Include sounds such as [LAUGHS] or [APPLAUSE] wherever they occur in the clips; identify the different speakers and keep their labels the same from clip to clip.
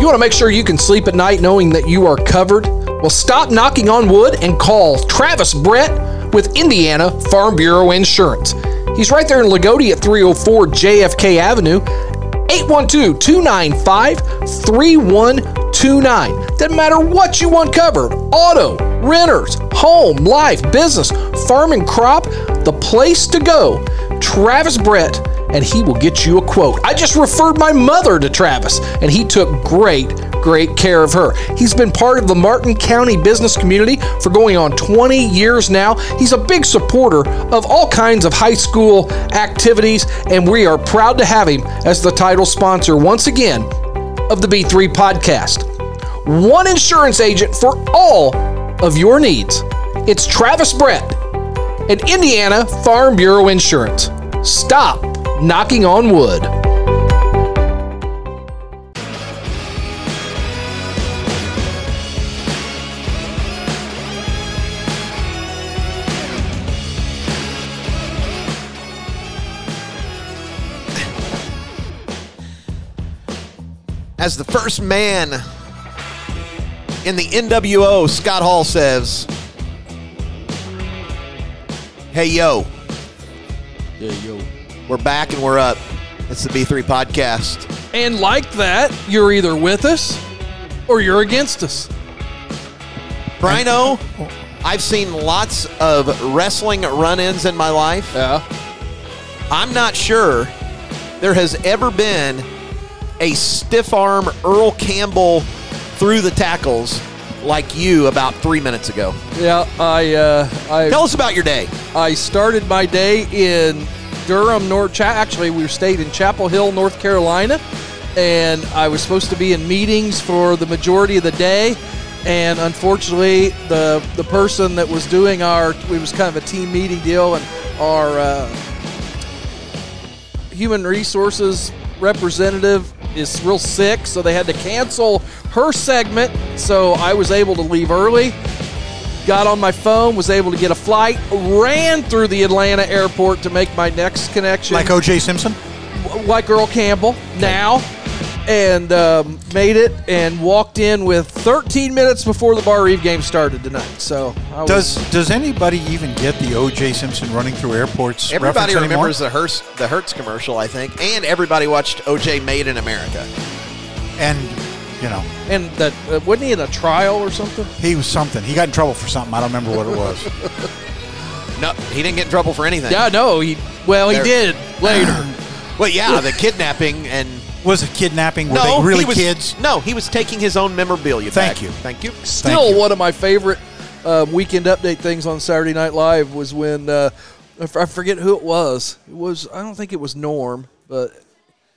Speaker 1: You want to make sure you can sleep at night knowing that you are covered? Well, stop knocking on wood and call Travis Brett with Indiana Farm Bureau Insurance. He's right there in Lagodi at 304 JFK Avenue, 812 295 3129. Doesn't matter what you want covered auto, renters, home, life, business, farm and crop, the place to go. Travis Brett, and he will get you a quote. I just referred my mother to Travis, and he took great, great care of her. He's been part of the Martin County business community for going on 20 years now. He's a big supporter of all kinds of high school activities, and we are proud to have him as the title sponsor once again of the B3 podcast. One insurance agent for all of your needs. It's Travis Brett and Indiana Farm Bureau Insurance. Stop knocking on wood.
Speaker 2: As the first man in the NWO, Scott Hall says, Hey, yo,
Speaker 3: Yeah, yo.
Speaker 2: we're back and we're up. It's the B3 podcast.
Speaker 1: And like that, you're either with us or you're against us.
Speaker 2: Brino, I've seen lots of wrestling run ins in my life.
Speaker 1: Yeah.
Speaker 2: I'm not sure there has ever been a stiff arm Earl Campbell through the tackles like you about three minutes ago.
Speaker 3: Yeah, I uh, I
Speaker 2: Tell us about your day.
Speaker 3: I started my day in Durham, North. Cha- actually, we stayed in Chapel Hill, North Carolina, and I was supposed to be in meetings for the majority of the day. And unfortunately, the the person that was doing our it was kind of a team meeting deal, and our uh, human resources representative is real sick, so they had to cancel her segment. So I was able to leave early got on my phone, was able to get a flight, ran through the Atlanta airport to make my next connection,
Speaker 4: Like O.J. Simpson?
Speaker 3: White Girl Campbell now, and um, made it and walked in with 13 minutes before the Bar Eve game started tonight. So I
Speaker 4: Does
Speaker 3: was,
Speaker 4: does anybody even get the O.J. Simpson running through airports?
Speaker 2: Everybody
Speaker 4: reference
Speaker 2: remembers the Hertz, the Hertz commercial, I think, and everybody watched OJ Made in America.
Speaker 4: anymore? and you know
Speaker 3: and the, uh, wasn't he in a trial or something?
Speaker 4: he was something. He got in trouble for something. I don't remember what
Speaker 2: [LAUGHS]
Speaker 4: it was.
Speaker 2: No, he didn't get in trouble for anything.
Speaker 3: Yeah, no, he well he
Speaker 2: There.
Speaker 3: did later.
Speaker 2: Well, yeah, the kidnapping and
Speaker 4: was it kidnapping? Were
Speaker 2: no,
Speaker 4: they really
Speaker 2: he was,
Speaker 4: kids?
Speaker 2: No, he was taking his own memorabilia.
Speaker 4: Thank
Speaker 2: back.
Speaker 4: you.
Speaker 2: thank you.
Speaker 3: Still,
Speaker 4: you.
Speaker 3: one of my favorite uh, weekend update things on Saturday Night Live was when uh, I f- I forget who it was. It was I don't think it was Norm, but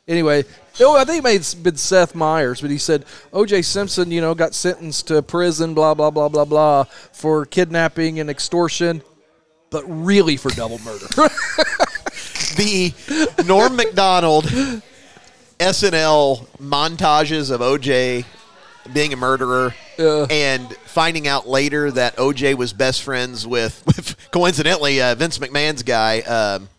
Speaker 3: anyway, no, I think it may have been Seth Meyers, but he said O.J. Simpson, you know, got sentenced to prison, blah blah blah blah blah, for kidnapping and extortion, but really for double murder. [LAUGHS]
Speaker 2: the Norm McDonald SNL montages of OJ being a murderer and finding out later that OJ was best friends with, [LAUGHS] with coincidentally, uh, Vince McMahon's guy, um,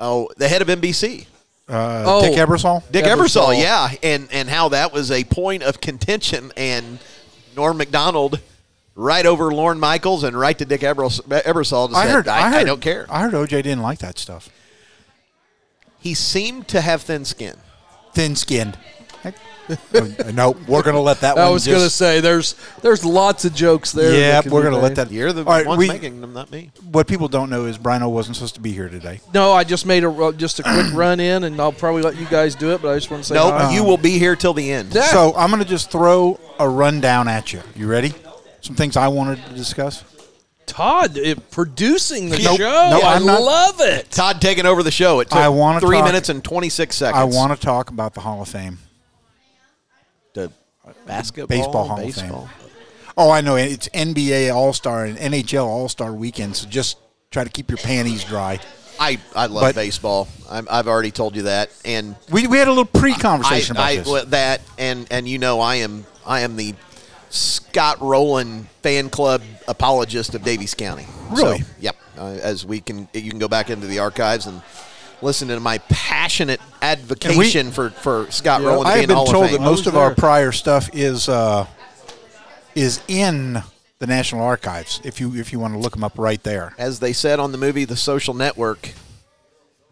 Speaker 2: oh, the head of NBC.
Speaker 4: Uh,
Speaker 3: Oh.
Speaker 4: Dick Ebersol.
Speaker 2: Dick
Speaker 3: Ebersol.
Speaker 2: Ebersol, yeah, and and how that was a point of contention, and Norm Macdonald right over Lorne Michaels and right to Dick Ebers- Ebersol. and
Speaker 4: I
Speaker 2: said,
Speaker 4: heard,
Speaker 2: I,
Speaker 4: I heard.
Speaker 2: I don't care.
Speaker 4: I heard OJ didn't like that stuff.
Speaker 2: He seemed to have thin skin.
Speaker 4: Thin
Speaker 2: [LAUGHS]
Speaker 4: skinned. nope, Oh, we're gonna let that.
Speaker 3: I
Speaker 4: one
Speaker 3: was
Speaker 4: just,
Speaker 3: gonna say there's there's lots of jokes there. that
Speaker 4: Yep,
Speaker 3: can
Speaker 4: we're
Speaker 3: be
Speaker 4: gonna let
Speaker 3: made.
Speaker 4: that.
Speaker 2: You're the
Speaker 4: All right,
Speaker 2: ones
Speaker 4: we-
Speaker 2: making them, not me.
Speaker 4: What people don't know is Brino wasn't supposed to be here today.
Speaker 3: No, I just made a ro- just a quick run in, and I'll probably let you guys do it. But I just want to say
Speaker 2: Nope,
Speaker 4: uh,
Speaker 3: hi.
Speaker 2: you will be here till the end.
Speaker 3: Yeah.
Speaker 4: So I'm going to just throw a rundown at you. You ready? Some things I wanted to discuss.
Speaker 3: Todd it, producing the
Speaker 4: Nope.
Speaker 3: show.
Speaker 4: No,
Speaker 3: I
Speaker 4: I'm not-
Speaker 3: love it.
Speaker 2: Todd taking over the show. It took
Speaker 4: I wanna
Speaker 2: three
Speaker 4: talk-
Speaker 2: minutes and twenty six seconds.
Speaker 4: I want to talk about the Hall of Fame.
Speaker 2: to basketball,
Speaker 4: Baseball Hall of
Speaker 2: baseball.
Speaker 4: Oh, I know. It's NBA All Star and NHL All Star weekend, so just try to keep your panties dry.
Speaker 2: I I love
Speaker 4: But-
Speaker 2: baseball. I'm, I've already told you that, and
Speaker 4: We, we had a little pre conversation about
Speaker 2: I,
Speaker 4: this.
Speaker 2: well, that and and you know I am I am the Scott Rowland fan club apologist of Davies County.
Speaker 4: Really?
Speaker 2: So, yep. Uh, as we can, you can go back into the archives and listening to my passionate advocation for, for Scott Rowland to
Speaker 4: I
Speaker 2: be
Speaker 4: have
Speaker 2: in the
Speaker 4: been
Speaker 2: Hall of
Speaker 4: told
Speaker 2: Fame.
Speaker 4: that most
Speaker 3: was
Speaker 4: of our
Speaker 3: there.
Speaker 4: prior stuff is uh, is in the National Archives. If you if you want to look them up right there.
Speaker 2: As they said on the movie The Social Network,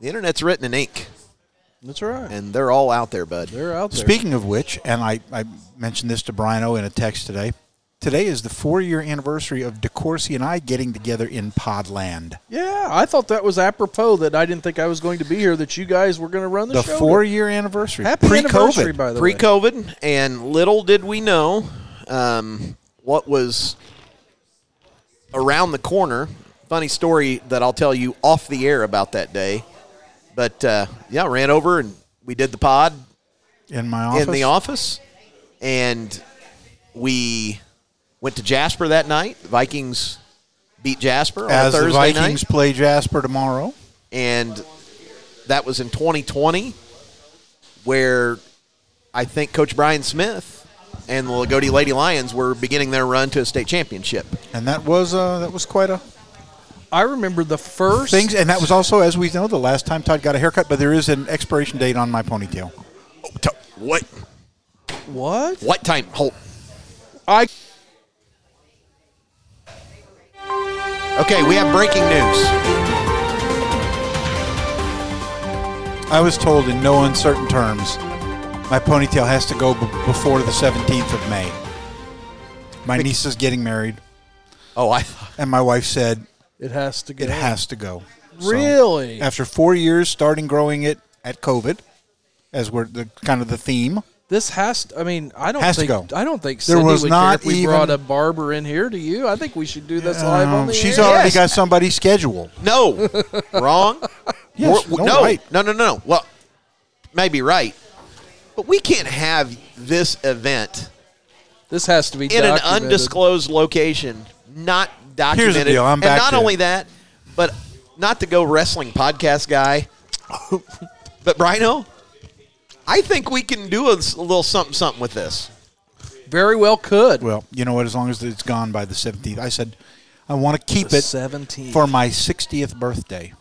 Speaker 2: the internet's written in ink,
Speaker 3: That's all right.
Speaker 2: and they're all out there, bud.
Speaker 3: They're out there.
Speaker 4: Speaking of which, and I, I mentioned this to Brian O in a text today. Today is the four year anniversary of DeCourcy and I getting together in Podland.
Speaker 3: Yeah, I thought that was apropos that I didn't think I was going to be here. That you guys were going to run the,
Speaker 4: The
Speaker 3: show.
Speaker 4: four year anniversary.
Speaker 3: Happy
Speaker 4: Pre
Speaker 3: anniversary,
Speaker 4: COVID.
Speaker 3: by the way.
Speaker 2: pre-COVID, and little did we know um, what was around the corner. Funny story that I'll tell you off the air about that day. But uh, yeah, ran over and we did the pod
Speaker 4: In my office.
Speaker 2: in the office, and we went to Jasper that night. The Vikings beat Jasper on
Speaker 4: As
Speaker 2: a
Speaker 4: the
Speaker 2: Thursday
Speaker 4: Vikings
Speaker 2: night
Speaker 4: play Jasper tomorrow.
Speaker 2: and that was in 2020, where I think Coach Brian Smith and the Lagodi Lady Lions were beginning their run to a state championship.
Speaker 4: And that was uh, that was quite a
Speaker 3: I remember the first
Speaker 4: things, and that was also, as we know, the last time Todd got a haircut. But there is an expiration date on my ponytail. Oh,
Speaker 2: What?
Speaker 3: What?
Speaker 2: What time? Hold.
Speaker 3: I
Speaker 2: Okay, we have breaking news.
Speaker 4: I was told in no uncertain terms, my ponytail has to go b- before the 17th of May. My niece is getting married,
Speaker 2: Oh, I.
Speaker 4: and my wife said
Speaker 3: it has to get
Speaker 4: it has to go. So,
Speaker 3: really.
Speaker 4: after four years, starting growing it at COVID, as we're the kind of the theme.
Speaker 3: this has. To, I mean, I don't
Speaker 4: Has to
Speaker 3: think.
Speaker 4: go.
Speaker 3: I don't think
Speaker 4: There
Speaker 3: Cindy
Speaker 4: was
Speaker 3: would care
Speaker 4: not
Speaker 3: if we
Speaker 4: even-
Speaker 3: brought a barber in here to you. I think we should do this live on
Speaker 4: Um,
Speaker 3: the
Speaker 4: she's
Speaker 3: air.
Speaker 4: already
Speaker 2: Yes.
Speaker 4: got somebody scheduled.
Speaker 2: No, wrong.
Speaker 4: Yes,
Speaker 2: We're-
Speaker 4: no,
Speaker 2: no,
Speaker 4: right.
Speaker 2: no, no, no. Well, maybe right, but we can't have this event
Speaker 3: This has to be
Speaker 2: in an
Speaker 3: documented.
Speaker 2: undisclosed location, not documented.
Speaker 4: deal, I'm back
Speaker 2: and not
Speaker 4: to-
Speaker 2: only that, but not to go wrestling podcast guy, [LAUGHS] but Brino, I think we can do a, s- a little something something with this.
Speaker 3: Very well could.
Speaker 4: Well, you know what? As long as it's gone by the 17th, I said I want to keep
Speaker 3: The
Speaker 4: it
Speaker 3: 17th.
Speaker 4: for my 60th birthday.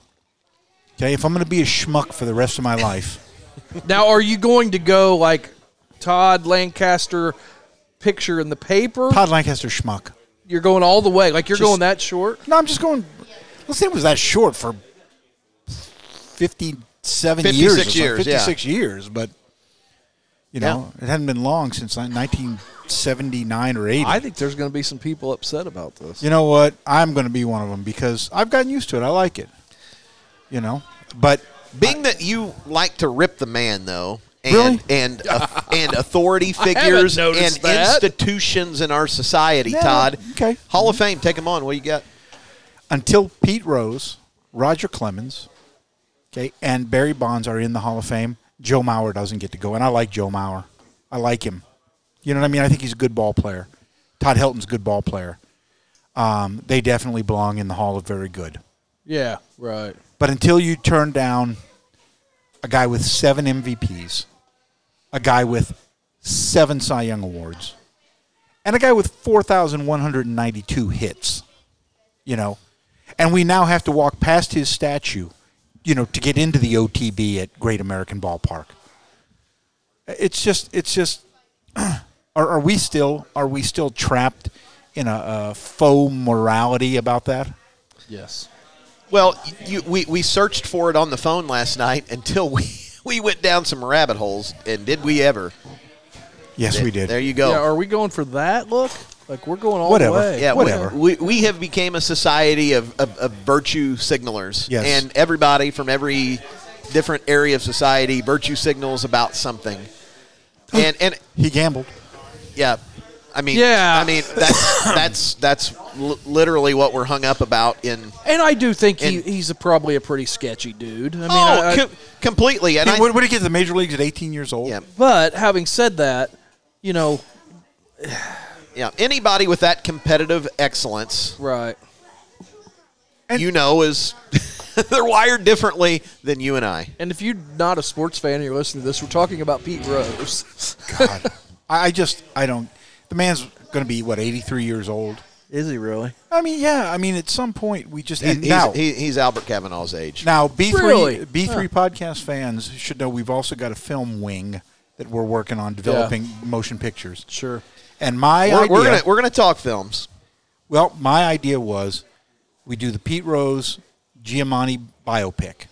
Speaker 4: Okay, if I'm going to be a schmuck for the rest of my life,
Speaker 3: Now, are you going to go like Todd Lancaster picture in the paper?
Speaker 4: Todd Lancaster schmuck.
Speaker 3: You're going all the way. Like you're
Speaker 4: Just-
Speaker 3: going that short.
Speaker 4: No, I'm just going. Let's say it was that short for 57 years. or
Speaker 2: 56
Speaker 4: something,
Speaker 2: years, yeah.
Speaker 4: 56 years, but you know, it hadn't been long since like 1979 or 80.
Speaker 3: I think there's going to be some people upset about this.
Speaker 4: you know what? I'm going to be one of them because I've gotten used to it. I like it. You know, but
Speaker 2: Being that you like to rip the man, though, and
Speaker 4: Really?
Speaker 2: and
Speaker 4: [LAUGHS]
Speaker 2: uh, and authority
Speaker 3: haven't
Speaker 2: figures and
Speaker 3: noticed that.
Speaker 2: institutions in our society,
Speaker 4: Yeah,
Speaker 2: Todd.
Speaker 4: okay.
Speaker 2: Hall of Fame, take them on. What do you got?
Speaker 4: until Pete Rose, Roger Clemens, okay, and Barry Bonds are in the Hall of Fame, Joe Mauer doesn't get to go. And I like Joe Mauer. I like him. You know what I mean? I think he's a good ball player. Todd Helton's a good ball player. Um, they definitely belong in the Hall of Very Good.
Speaker 3: Yeah, right.
Speaker 4: But until you turn down a guy with seven MVPs, a guy with seven Cy Young Awards, and a guy with 4,192 hits, you know, and we now have to walk past his statue, you know, to get into the OTB at Great American Ballpark. It's just, it's just, [CLEARS THROAT] are, are we still, are we still trapped in a, a faux morality about that?
Speaker 3: Yes.
Speaker 2: Well, you, we, we searched for it on the phone last night until we, [LAUGHS] we went down some rabbit holes, and did we ever?
Speaker 4: Yes, we did.
Speaker 2: There you go.
Speaker 3: Yeah, are we going for that look? Like we're going all
Speaker 4: Whatever.
Speaker 3: the way.
Speaker 2: Yeah, we-
Speaker 4: whatever.
Speaker 2: We, we have became a society of, of, of virtue signalers.
Speaker 4: Yes.
Speaker 2: And everybody from every different area of society virtue signals about something. And and
Speaker 4: he gambled.
Speaker 2: yeah, I mean
Speaker 3: Yeah.
Speaker 2: I mean that's [COUGHS] that's that's li- literally what we're hung up about in
Speaker 3: And I do think he,
Speaker 2: And-
Speaker 3: he's a, probably a pretty sketchy dude. I mean,
Speaker 2: Oh,
Speaker 3: I- I-
Speaker 2: com- completely. And
Speaker 4: Dude,
Speaker 2: I,
Speaker 4: what, what did he get to the major leagues at 18 years old?
Speaker 2: yeah.
Speaker 3: but having said that, you know,
Speaker 2: Yeah, anybody with that competitive excellence,
Speaker 3: right?
Speaker 2: you know, is [LAUGHS] they're wired differently than you and I.
Speaker 3: And if you're not a sports fan and you're listening to this, we're talking about Pete Rose.
Speaker 4: God. I I just, I don't. The man's going to be, what, 83 years old?
Speaker 3: [LAUGHS] Is he really?
Speaker 4: I mean, yeah. I mean, at some point we just
Speaker 2: He-
Speaker 4: and
Speaker 2: he's,
Speaker 4: now
Speaker 2: he, he's Albert Kavanaugh's age.
Speaker 4: now B three
Speaker 3: Really?
Speaker 4: B three podcast fans should know we've also got a film wing that we're working on developing motion pictures.
Speaker 3: Sure.
Speaker 4: And my
Speaker 2: we're,
Speaker 4: idea,
Speaker 2: we're gonna we're gonna talk films.
Speaker 4: well, my idea was we do the Pete Rose Giamatti biopic.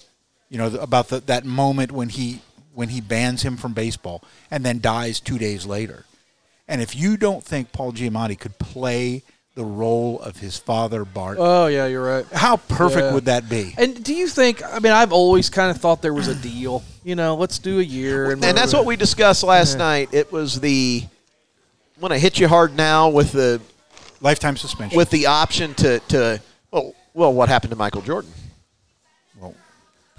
Speaker 4: You know the, about the, that moment when he when he bans him from baseball and then dies two days later. And if you don't think Paul Giamatti could play the role of his father Bart,
Speaker 3: Oh yeah, you're right.
Speaker 4: how perfect
Speaker 3: yeah.
Speaker 4: would that be?
Speaker 3: And do you think? I mean, I've always kind of thought there was a deal. You know, let's do a year, and,
Speaker 2: And that's what we discussed last night. It was the when I hit you hard now with the
Speaker 4: Lifetime suspension.
Speaker 2: with the option to to well, well what happened to Michael Jordan
Speaker 4: well,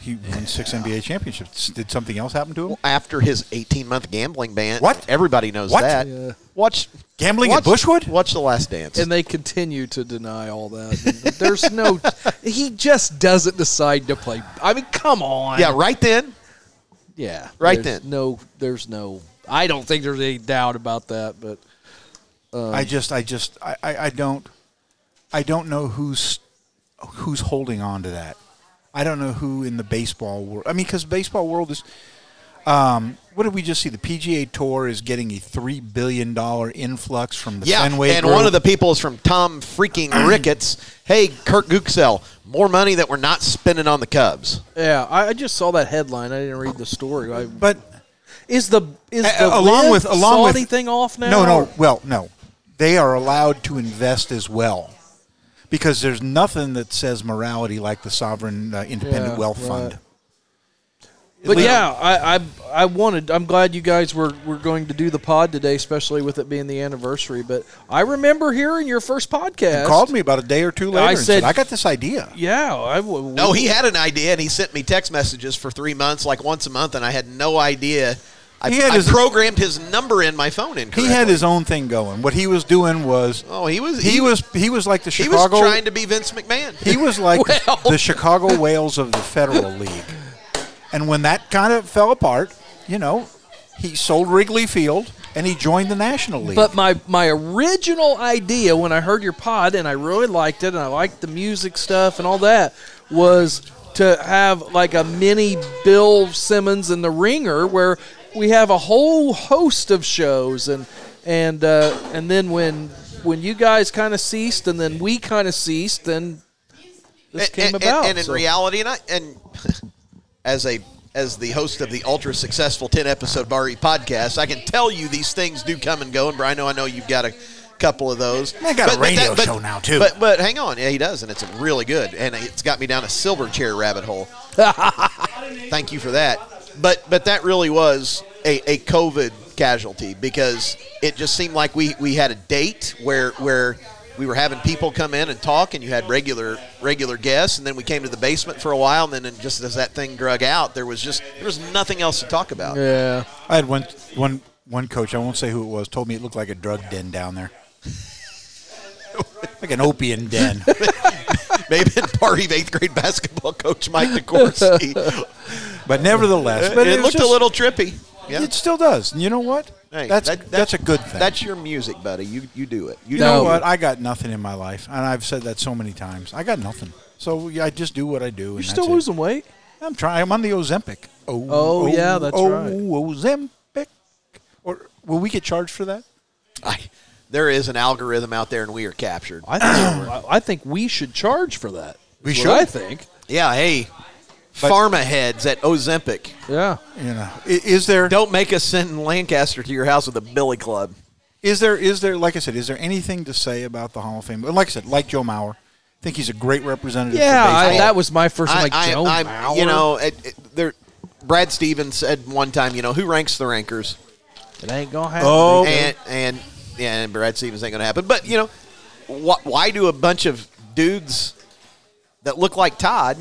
Speaker 4: he won six NBA championships. Did something else happen to him?
Speaker 2: after his 18 month gambling ban?
Speaker 4: What?
Speaker 2: everybody knows
Speaker 4: What?
Speaker 2: that.
Speaker 3: Yeah.
Speaker 2: Watch
Speaker 4: Gambling at
Speaker 2: watch,
Speaker 4: Bushwood?
Speaker 2: Watch The Last Dance.
Speaker 3: And they continue to deny all that. There's no. he just doesn't decide to play. I mean, come on.
Speaker 2: yeah, right then.
Speaker 3: Yeah.
Speaker 2: Right
Speaker 3: There's
Speaker 2: then.
Speaker 3: No, there's no. I don't think there's any doubt about that. But
Speaker 4: I just, I just, I, I, I don't, I don't know who's who's holding on to that. I don't know who in the baseball world. I mean, because baseball world is. Um, what did we just see? The PGA Tour is getting a three billion dollar influx from the
Speaker 2: Yeah,
Speaker 4: Fenway
Speaker 2: and
Speaker 4: Group.
Speaker 2: one of the people is from Tom [CLEARS THROAT] freaking Ricketts. Hey, Kirk Gooksell, more money that we're not spending on the Cubs.
Speaker 3: yeah, I, I just saw that headline. I didn't read the story. I,
Speaker 4: but
Speaker 3: is the is
Speaker 4: a-
Speaker 3: the
Speaker 4: along
Speaker 3: Live
Speaker 4: with along
Speaker 3: Saudi
Speaker 4: with
Speaker 3: thing off now?
Speaker 4: No, no. Well, no, they are allowed to invest as well because there's nothing that says morality like the sovereign uh, independent
Speaker 3: Yeah,
Speaker 4: wealth
Speaker 3: right.
Speaker 4: fund.
Speaker 3: But
Speaker 4: Leave-
Speaker 3: yeah, I, I I wanted. I'm glad you guys were were going to do the pod today, especially with it being the anniversary. But I remember hearing your first podcast.
Speaker 4: Called me about a day or two later
Speaker 3: I
Speaker 4: and said,
Speaker 3: said-
Speaker 4: "I got this idea."
Speaker 3: Yeah, I w-
Speaker 2: No, he had an idea, and he sent me text messages for three months, like once a month, and I had no idea. I,
Speaker 4: He had
Speaker 2: I
Speaker 4: his-
Speaker 2: programmed his number in my phone incorrectly.
Speaker 4: He had his own thing going. What he was doing was
Speaker 2: Oh, he was.
Speaker 4: he, was he was like the
Speaker 2: He was
Speaker 4: Chicago
Speaker 2: trying to be Vince McMahon. [LAUGHS]
Speaker 4: he was like
Speaker 3: Well.
Speaker 4: the Chicago Whales of the Federal League. And when that kind of fell apart, you know, he sold Wrigley Field and he joined the National League.
Speaker 3: But my my original idea when I heard your pod and I really liked it and I liked the music stuff and all that was to have like a mini Bill Simmons and the Ringer where we have a whole host of shows and and uh, and then when when you guys kind of ceased and then we kind of ceased then this
Speaker 2: And-
Speaker 3: came
Speaker 2: and, and-
Speaker 3: about.
Speaker 2: And, in
Speaker 3: so-
Speaker 2: reality, and I, and [LAUGHS] as a as the host of the ultra successful ten episode Bari podcast, I can tell you these things do come and go. And Brian, I know- I know you've got a couple of those.
Speaker 4: I got a radio show now, too.
Speaker 2: But but hang on, yeah, he does, and it's really good, and it's got me down a silver chair rabbit hole. Thank you for that. But but that really was a, a COVID casualty because it just seemed like we, we had a date where where we were having people come in and talk and you had regular regular guests and then we came to the basement for a while and then and just as that thing drug out there was just there was nothing else to talk about.
Speaker 3: yeah.
Speaker 4: I had one one one coach, I won't say who it was, told me it looked like a drug den down there. [LAUGHS] like an opium
Speaker 2: [LAUGHS]
Speaker 4: den.
Speaker 2: [LAUGHS] Maybe in part of eighth grade basketball coach Mike
Speaker 4: [LAUGHS]
Speaker 2: DeCourcy.
Speaker 4: But nevertheless,
Speaker 2: it,
Speaker 4: but was
Speaker 2: looked
Speaker 4: just-
Speaker 2: a little trippy. Yeah.
Speaker 4: It still does. And you know what?
Speaker 2: Hey,
Speaker 4: that's,
Speaker 2: that-
Speaker 4: that's a good thing.
Speaker 2: That's your music, buddy. You you do it. You
Speaker 4: You know
Speaker 3: No.
Speaker 4: what? I got nothing in my life, and I've said that so many times. I got nothing, so yeah, I just do what I do.
Speaker 3: You're still losing weight.
Speaker 4: I'm trying. I'm on the Ozempic. Oh,
Speaker 3: Oh, yeah, that's
Speaker 4: oh,
Speaker 3: right.
Speaker 4: Ozempic. Or will we get charged for that?
Speaker 2: I, there is an algorithm out there, and we are captured.
Speaker 3: I think I- I think we should charge for that.
Speaker 4: We
Speaker 3: is what I
Speaker 4: should.
Speaker 3: think.
Speaker 2: Yeah, hey,
Speaker 4: But-
Speaker 2: pharma heads at Ozempic,
Speaker 3: Yeah.
Speaker 4: You know, I- is there
Speaker 2: don't make us send Lancaster to your house with a billy club.
Speaker 4: is there is there like I said, is there anything to say about the Hall of Fame? And like I said, like Joe Mauer, I think he's a great representative.
Speaker 3: Yeah,
Speaker 4: for
Speaker 3: I,
Speaker 4: baseball.
Speaker 3: that was my first. one, like Joe
Speaker 2: you
Speaker 3: Mauer?
Speaker 2: know, it, it, there. Brad Stevens said one time, you know, who ranks the rankers?
Speaker 3: It ain't gonna happen.
Speaker 4: Oh.
Speaker 2: And and yeah, and Brad Stevens ain't gonna happen. But you know, wh- why do a bunch of dudes that look like Todd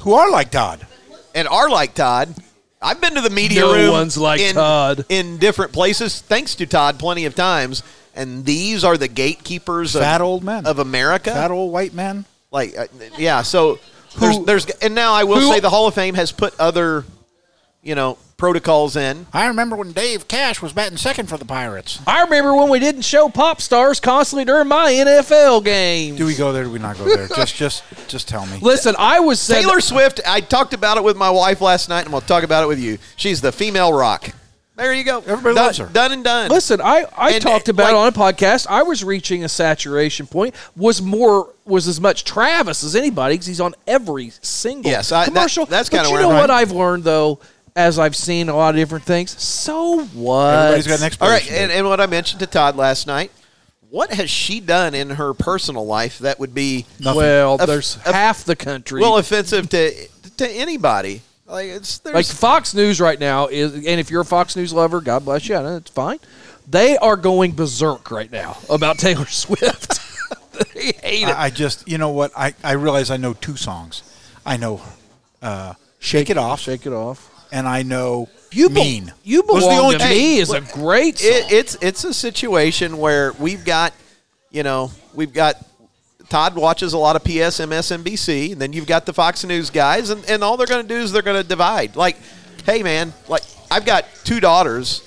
Speaker 4: who are like Todd.
Speaker 2: and are like Todd. I've been to the media
Speaker 3: No
Speaker 2: room.
Speaker 3: one's like
Speaker 2: in,
Speaker 3: Todd.
Speaker 2: in different places, thanks to Todd, plenty of times. And these are the gatekeepers of,
Speaker 4: Fat old men.
Speaker 2: of America.
Speaker 4: That old white man.
Speaker 2: like, uh, yeah. So there's, there's, and now I will
Speaker 3: who-
Speaker 2: say the Hall of Fame has put other, you know, protocols in.
Speaker 4: I remember when Dave Cash was batting second for the Pirates.
Speaker 3: I remember when we didn't show pop stars constantly during my NFL game.
Speaker 4: Do we go there? Do we not go there? just, just, just tell me.
Speaker 3: Listen, I was said
Speaker 2: Taylor Swift, I talked about it with my wife last night, and we'll talk about it with you. She's the female rock. There you go.
Speaker 4: Everybody
Speaker 2: done,
Speaker 4: loves her.
Speaker 2: Done and done.
Speaker 3: Listen, I, I
Speaker 2: And,
Speaker 3: talked
Speaker 2: uh,
Speaker 3: about
Speaker 2: like-
Speaker 3: it on a podcast. I was reaching a saturation point. Was more was as much Travis as anybody because he's on every single
Speaker 2: Yes, I- that-
Speaker 3: commercial.
Speaker 2: that's
Speaker 3: But
Speaker 2: kinda
Speaker 3: you
Speaker 2: where
Speaker 3: know
Speaker 2: I'm
Speaker 3: what
Speaker 2: at.
Speaker 3: I've learned though, as I've seen a lot of different things. So what?
Speaker 4: Everybody's got an
Speaker 2: All
Speaker 4: expiration.
Speaker 2: right, and, and what I mentioned to Todd last night, what has she done in her personal life that would be
Speaker 4: Nothing.
Speaker 3: Well,
Speaker 2: Of-
Speaker 3: there's
Speaker 2: of-
Speaker 3: half the country.
Speaker 2: well offensive to to anybody? Like it's there's
Speaker 3: like Fox News right now is, and if you're a Fox News lover, God bless you. I know it's fine. They are going berserk right now about Taylor [LAUGHS] Swift. they hate it.
Speaker 4: I, I just, you know what? I, I realize I know two songs. I know uh, "Shake It Off"
Speaker 3: Shake it off.
Speaker 4: and I know
Speaker 3: You be-
Speaker 4: "Mean."
Speaker 3: You
Speaker 4: Those
Speaker 3: belong
Speaker 4: are the only
Speaker 3: to
Speaker 4: two-
Speaker 3: me is a great song.
Speaker 2: it, it's it's a situation where we've got you know we've got Todd watches a lot of PSMSNBC, and then you've got the Fox News guys, and, and all they're going to do is they're going to divide. Like, hey man, like I've got two daughters,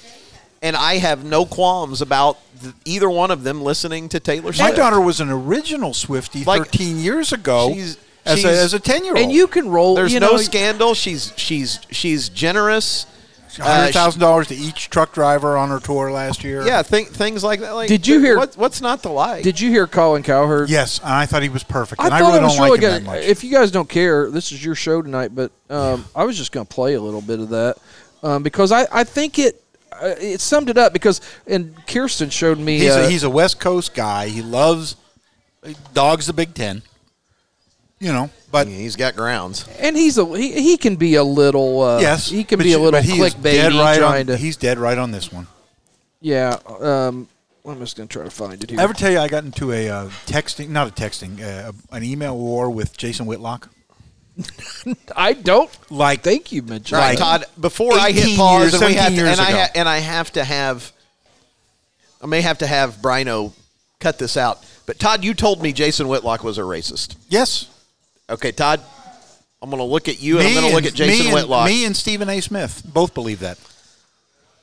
Speaker 2: and I have no qualms about th- either one of them listening to Taylor Swift.
Speaker 4: My daughter was an original Swifty
Speaker 2: Like,
Speaker 4: 13 years ago
Speaker 2: she's-
Speaker 4: as,
Speaker 2: she's-
Speaker 4: a, as a 10 year old.
Speaker 3: and you can roll.
Speaker 2: There's
Speaker 3: you
Speaker 2: no
Speaker 3: know,
Speaker 2: scandal. She's she's she's generous. Uh, she-
Speaker 4: $100,000 to each truck driver on her tour last year.
Speaker 2: yeah, think, things like that. Like,
Speaker 3: Did you hear-
Speaker 2: what, what's not to like?
Speaker 3: Did you hear Colin Cowherd?
Speaker 4: Yes, and I thought he was perfect.
Speaker 3: I
Speaker 4: and
Speaker 3: thought
Speaker 4: I really
Speaker 3: it was
Speaker 4: don't
Speaker 3: really
Speaker 4: like him
Speaker 3: good.
Speaker 4: that much.
Speaker 3: If you guys don't care, this is your show tonight, but um, I was just going to play a little bit of that um, because I, I think it uh, it summed it up because and Kirsten showed me
Speaker 4: he's,
Speaker 3: uh,
Speaker 4: a, he's a West Coast guy. He loves he dogs the Big Ten. You know, but
Speaker 2: He's got grounds.
Speaker 3: and he's a he, he can be a little uh,
Speaker 4: yes,
Speaker 3: he can
Speaker 4: but
Speaker 3: be a
Speaker 4: you-
Speaker 3: little
Speaker 4: but he is
Speaker 3: clickbaity
Speaker 4: dead right
Speaker 3: trying
Speaker 4: on,
Speaker 3: to
Speaker 4: He's dead right on this one.
Speaker 3: yeah um, I'm just going to try to find it here.
Speaker 4: I ever tell you I got into a uh, texting, not a texting, uh, an email war with Jason Whitlock?
Speaker 3: I don't
Speaker 4: Like
Speaker 3: think you mentioned
Speaker 2: All right,
Speaker 3: that.
Speaker 2: Todd. Before I
Speaker 4: 18
Speaker 2: hit pause,
Speaker 4: years,
Speaker 2: and we have
Speaker 4: 17
Speaker 2: to, and
Speaker 4: years
Speaker 2: I
Speaker 4: ago.
Speaker 2: ha- and I have to have, I may have to have Brino cut this out. But Todd, you told me Jason Whitlock was a racist.
Speaker 4: Yes.
Speaker 2: Okay, Todd, I'm going to look at you, and I'm going to
Speaker 4: and-
Speaker 2: look at Jason
Speaker 4: me and-
Speaker 2: Whitlock.
Speaker 4: Me and Stephen A. Smith both believe that.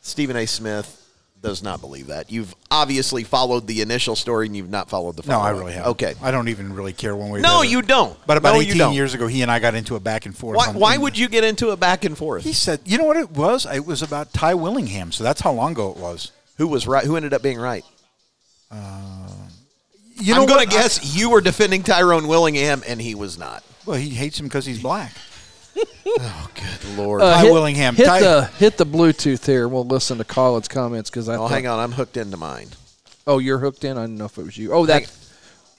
Speaker 2: Stephen A. Smith does not believe that. You've obviously followed the initial story, and you've not followed the.
Speaker 4: No, I
Speaker 2: follow-up.
Speaker 4: really haven't.
Speaker 2: Okay.
Speaker 4: I don't even really care one way. or the
Speaker 2: No,
Speaker 4: other.
Speaker 2: you don't.
Speaker 4: But about
Speaker 2: No, you
Speaker 4: 18
Speaker 2: don't.
Speaker 4: years ago, he and I got into a back and forth.
Speaker 2: Why,
Speaker 4: on-
Speaker 2: why would you get into a back and forth?
Speaker 4: He said, "You know what it was? It was about Ty Willingham." So that's how long ago it was.
Speaker 2: Who was right? Who ended up being right?
Speaker 4: You know
Speaker 2: I'm going
Speaker 4: what?
Speaker 2: to guess you were defending Tyrone Willingham, and he was not.
Speaker 4: I- well, he hates him because he's black.
Speaker 2: Oh, good lord!
Speaker 3: Uh,
Speaker 4: Ty Willingham.
Speaker 3: Hit
Speaker 4: Ty-
Speaker 3: the hit the Bluetooth here. We'll listen to Colin's comments because I.
Speaker 2: oh,
Speaker 3: thought,
Speaker 2: hang on, I'm hooked into mine.
Speaker 3: Oh, you're hooked in. I didn't know if it was you. Oh, that. I,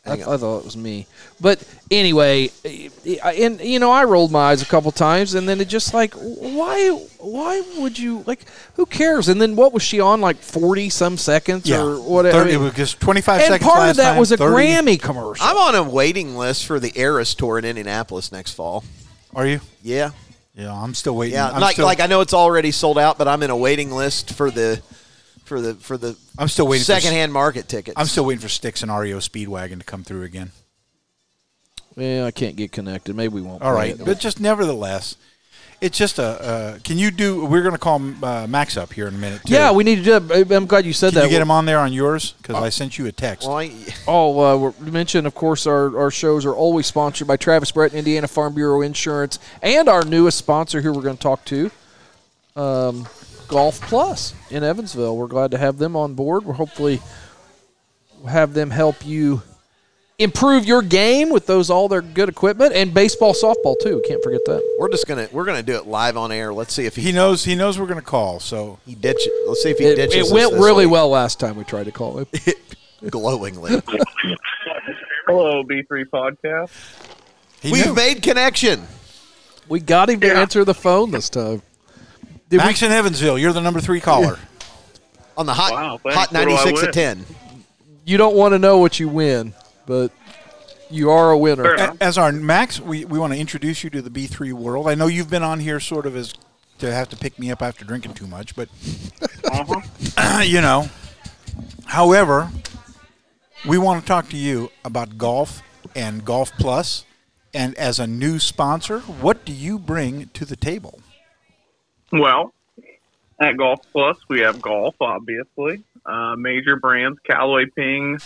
Speaker 2: Hang on.
Speaker 3: I thought it was me. But anyway, I- I- and you know, I rolled my eyes a couple times, and then it just like, why? Why would you like? Who cares? And then what was she on? Like forty some seconds or whatever.
Speaker 4: Thirty- it was just 25
Speaker 3: and
Speaker 4: seconds.
Speaker 3: part
Speaker 4: last
Speaker 3: of that
Speaker 4: time,
Speaker 3: was a
Speaker 4: 30.
Speaker 3: Grammy commercial.
Speaker 2: I'm on a waiting list for the Eras tour in Indianapolis next fall.
Speaker 4: Are you?
Speaker 2: Yeah,
Speaker 4: Yeah, I'm still waiting.
Speaker 2: yeah.
Speaker 4: I'm
Speaker 2: like,
Speaker 4: still,
Speaker 2: like I know it's already sold out, but I'm in a waiting list for the for the for the
Speaker 4: I'm still waiting. for-
Speaker 2: secondhand market tickets.
Speaker 4: I'm still waiting for Sticks and REO Speedwagon to come through again.
Speaker 3: yeah, I can't get connected. Maybe we won't.
Speaker 4: All
Speaker 3: play
Speaker 4: right,
Speaker 3: it.
Speaker 4: but just nevertheless, it's just a. Uh, can you do? We're going to call uh, Max up here in a minute. Too.
Speaker 3: yeah, we need to do. that. I'm glad you said
Speaker 4: Can
Speaker 3: that.
Speaker 4: you get him on there on yours? Because I sent you a text.
Speaker 2: Oh. Well, I-
Speaker 3: Oh, uh, we're- we mentioned, of course, our, our shows are always sponsored by Travis Brett and Indiana Farm Burew Insurance, and our newest sponsor who we're going to talk to, um, Golf Plus in Evansville. We're glad to have them on board. We're hopefully we'll have them help you improve your game with those all their good equipment and baseball, softball too. Can't forget that.
Speaker 2: we're just gonna we're gonna do it live on air. Let's see if he
Speaker 4: he knows. He knows we're going to call. So
Speaker 2: he ditch. Let's see if he
Speaker 3: It,
Speaker 2: ditches.
Speaker 3: it
Speaker 2: us
Speaker 3: went
Speaker 2: this
Speaker 3: really
Speaker 2: week.
Speaker 3: well last time we tried to call
Speaker 2: [LAUGHS]
Speaker 3: it.
Speaker 4: [LAUGHS]
Speaker 2: glowingly.
Speaker 5: Hello, B3 Podcast.
Speaker 4: he
Speaker 2: We've
Speaker 4: knew.
Speaker 2: made connection.
Speaker 3: We got him to
Speaker 5: Yeah.
Speaker 3: answer the phone this time. Did we
Speaker 4: Max in Evansville. You're the number three caller.
Speaker 2: on the hot
Speaker 5: Wow, thanks.
Speaker 2: hot
Speaker 5: What do I
Speaker 2: 96
Speaker 5: win?
Speaker 2: at 10.
Speaker 3: you don't want to know what you win, but you are a winner.
Speaker 5: Fair
Speaker 4: A- As our Max, we, we want to introduce you to the B3 world. I know you've been on here sort of as to have to pick me up after drinking too much, but [LAUGHS]
Speaker 5: Uh-huh.
Speaker 4: you know. However, we want to talk to you about golf and Golf Plus, and as a new sponsor, what do you bring to the table?
Speaker 5: Well, At Golf Plus, we have golf, obviously. Uh, major brands, Callaway Ping,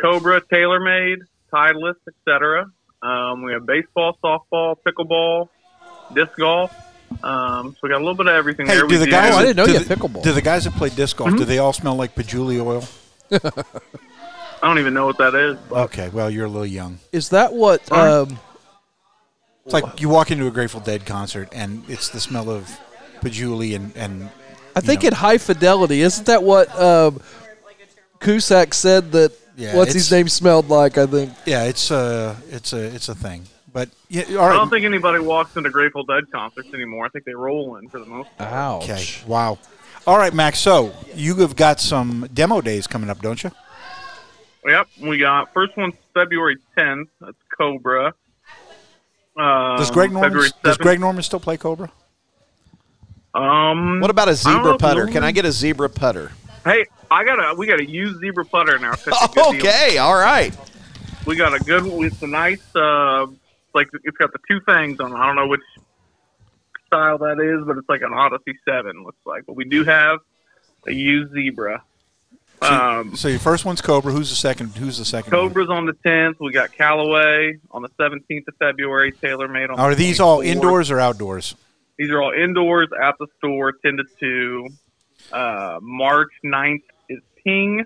Speaker 5: Cobra, TaylorMade, Titleist, etc. Um, we have baseball, softball, pickleball, disc golf. Um, so we got a little bit of everything
Speaker 4: Hey,
Speaker 5: there.
Speaker 4: do
Speaker 5: We
Speaker 4: the guys? Mm-hmm.
Speaker 3: Oh, I didn't know
Speaker 4: do
Speaker 3: you had
Speaker 4: the,
Speaker 3: pickleball.
Speaker 4: Do the guys that play disc golf? Do they all smell like patchouli oil?
Speaker 5: I don't even know what that is.
Speaker 4: Okay, well you're a little young.
Speaker 3: Is that what? Um,
Speaker 4: It's like you walk into a Grateful Dead concert and it's the smell of patchouli and and
Speaker 3: I think
Speaker 4: know.
Speaker 3: in High Fidelity, isn't that what um, Cusack said that?
Speaker 4: Yeah,
Speaker 3: what's his
Speaker 4: it's-
Speaker 3: name smelled like? I think.
Speaker 4: yeah, it's a it's a it's a thing. But yeah, all
Speaker 5: I
Speaker 4: right.
Speaker 5: don't think anybody walks into Grateful Dead concerts anymore. I think they roll in for the most part.
Speaker 3: Ouch.
Speaker 4: Okay. Wow. All right, Max. So you have got some demo days coming up, don't you?
Speaker 5: Yep, we got first one's February 10th. That's Cobra. Um,
Speaker 4: Does Greg Norman
Speaker 5: February
Speaker 4: does
Speaker 5: 7th.
Speaker 4: Greg Norman still play Cobra?
Speaker 5: Um,
Speaker 2: What about a
Speaker 5: I don't know
Speaker 2: zebra
Speaker 5: if
Speaker 2: putter?
Speaker 5: you-
Speaker 2: Can I get a zebra putter?
Speaker 5: Um, Hey, I got a we got a used zebra putter now. It's
Speaker 4: [LAUGHS]
Speaker 5: a good deal.
Speaker 2: Okay, all right.
Speaker 5: we got a good one. It's a nice, uh, like it's got the two things on. it. I don't know which style that is, but it's like an Odyssey Seven looks like. But we do have a used zebra. Um,
Speaker 4: So your first one's Cobra. Who's the second? Who's the second? one?
Speaker 5: Cobra's on the tenth. We got Callaway on the seventeenth of February. TaylorMade on.
Speaker 4: Are
Speaker 5: the
Speaker 4: these all
Speaker 5: 24th.
Speaker 4: indoors or outdoors?
Speaker 5: These are all indoors at the store, 10 to 2. Uh, March 9th is Ping.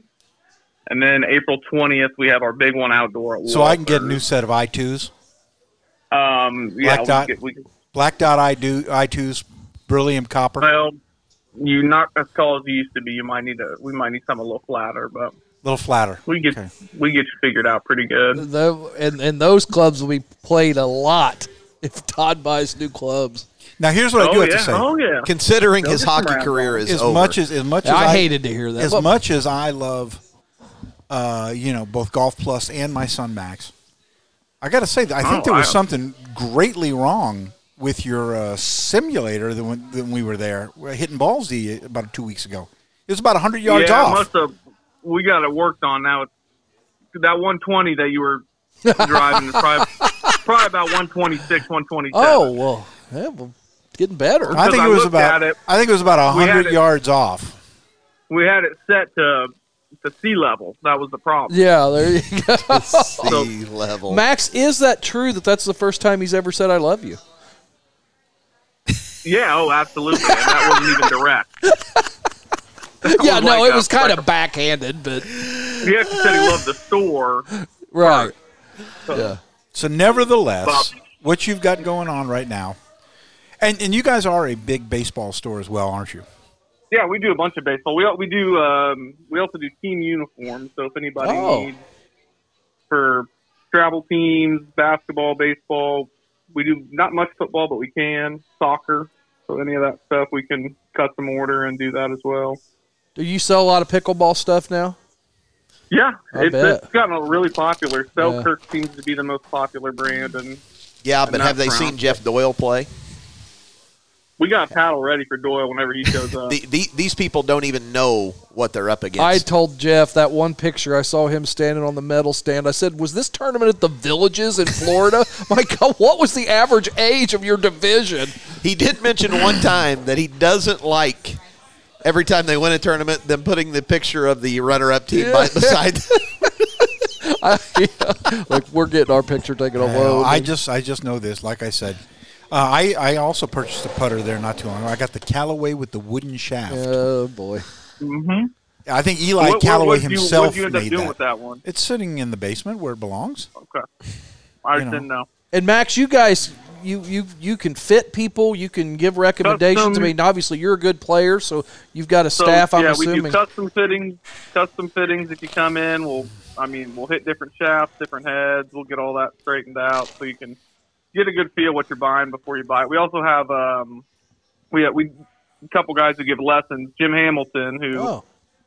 Speaker 5: And then April 20th, we have our big one outdoor. At
Speaker 4: So I can get a new
Speaker 5: Walters.
Speaker 4: set of i twos,
Speaker 5: Um, yeah,
Speaker 4: Black
Speaker 5: we
Speaker 4: Dot.
Speaker 5: Get, we, can-
Speaker 4: black dot i do i twos, beryllium copper.
Speaker 5: well, you not as tall as you used to be. You might need to. We might need something a little flatter, but
Speaker 4: little flatter.
Speaker 5: we get
Speaker 4: Okay.
Speaker 5: we get you figured out pretty good.
Speaker 3: Tho- and and those clubs will be played a lot [LAUGHS] if Todd buys new clubs.
Speaker 4: Now here's what I do
Speaker 5: oh
Speaker 4: have
Speaker 5: yeah,
Speaker 4: to say.
Speaker 5: oh yeah.
Speaker 2: Considering his
Speaker 5: Those are
Speaker 2: hockey
Speaker 5: round
Speaker 2: career is
Speaker 4: as
Speaker 2: over.
Speaker 4: much as as much as
Speaker 3: I,
Speaker 4: I
Speaker 3: hated to hear that.
Speaker 4: as
Speaker 3: What-
Speaker 4: much as I love, uh, you know, both Golf Plus and my son Max. I got to say, that I think
Speaker 5: Oh,
Speaker 4: there was
Speaker 5: wow.
Speaker 4: something greatly wrong with your uh, simulator that when, when we were there We're hitting balls the, about two weeks ago. It was about hundred yards
Speaker 5: yeah,
Speaker 4: off.
Speaker 5: must have. We got it worked on now. It's- That 120 that you
Speaker 4: [LAUGHS]
Speaker 5: were driving is probably, probably about 126, 127.
Speaker 3: Oh well, yeah, well, getting better.
Speaker 4: I think
Speaker 5: because I
Speaker 4: it was
Speaker 5: looked
Speaker 4: about.
Speaker 5: at it.
Speaker 4: I think it was about
Speaker 5: We had
Speaker 4: hundred
Speaker 5: it.
Speaker 4: yards off.
Speaker 5: we had it set to to sea level. That was the problem.
Speaker 3: yeah, there you go. [LAUGHS]
Speaker 2: sea level.
Speaker 3: Max, is that true that that's the first time he's ever said "I love you"?
Speaker 5: Yeah, oh, absolutely. And that wasn't even direct.
Speaker 3: yeah,
Speaker 5: was
Speaker 3: no,
Speaker 5: like
Speaker 3: it
Speaker 5: a-
Speaker 3: was kind
Speaker 5: like
Speaker 3: of backhanded, but
Speaker 5: He actually said he loved the store.
Speaker 3: right. Yeah.
Speaker 4: So, nevertheless,
Speaker 5: Bob.
Speaker 4: what you've got going on right now, and and you guys are a big baseball store as well, aren't you?
Speaker 5: Yeah, we do a bunch of baseball. We al- we do um, we also do team uniforms. So if anybody
Speaker 3: Oh.
Speaker 5: needs for travel teams, basketball, baseball, we do not much football, but we can soccer. So any of that stuff, we can cut some order and do that as well.
Speaker 3: Do you sell a lot of pickleball stuff now?
Speaker 5: Yeah,
Speaker 3: I
Speaker 5: it's,
Speaker 3: bet.
Speaker 5: it's gotten really popular. Selkirk seems to be the most popular brand, and
Speaker 2: yeah, but
Speaker 5: not
Speaker 2: have they
Speaker 5: round.
Speaker 2: seen Jeff Doyle play?
Speaker 5: We got a paddle ready for Doyle whenever he shows
Speaker 4: [LAUGHS]
Speaker 5: up.
Speaker 2: The, the, these people don't even know what they're up against.
Speaker 3: I told Jeff that one picture I saw him standing on the medal stand. I said, "Was this tournament at the Villages in Florida?" [LAUGHS] My God, what was the average age of your division? [LAUGHS]
Speaker 2: He did mention one time that he doesn't like every time they win a tournament them putting the picture of the runner-up team
Speaker 4: [LAUGHS]
Speaker 2: by beside.
Speaker 3: like we're getting our picture taken
Speaker 4: Yeah,
Speaker 3: alone.
Speaker 4: I just I just know this. Like I said, uh, I I also purchased a putter there not too long ago. I got the Callaway with the wooden shaft.
Speaker 3: oh boy.
Speaker 4: I think Eli
Speaker 5: what,
Speaker 4: Callaway
Speaker 5: what, what'd you,
Speaker 4: himself
Speaker 5: what'd you end up
Speaker 4: made
Speaker 5: doing
Speaker 4: that.
Speaker 5: with that one?
Speaker 4: It's sitting in the basement where it belongs.
Speaker 5: Okay. I
Speaker 4: You know.
Speaker 5: just didn't know.
Speaker 3: And Max, you guys, you you you can fit people. You can give recommendations. I
Speaker 5: Custom-
Speaker 3: mean, obviously, you're a good player, so you've got a
Speaker 5: So,
Speaker 3: staff. I'm
Speaker 5: yeah, we do
Speaker 3: assuming.
Speaker 5: custom fittings. Custom fittings. If you come in, we'll. I mean, we'll hit different shafts, different heads. We'll get all that straightened out so you can get a good feel what you're buying before you buy it. We also have um, we we a couple guys who give lessons. Jim Hamilton, who
Speaker 3: Oh,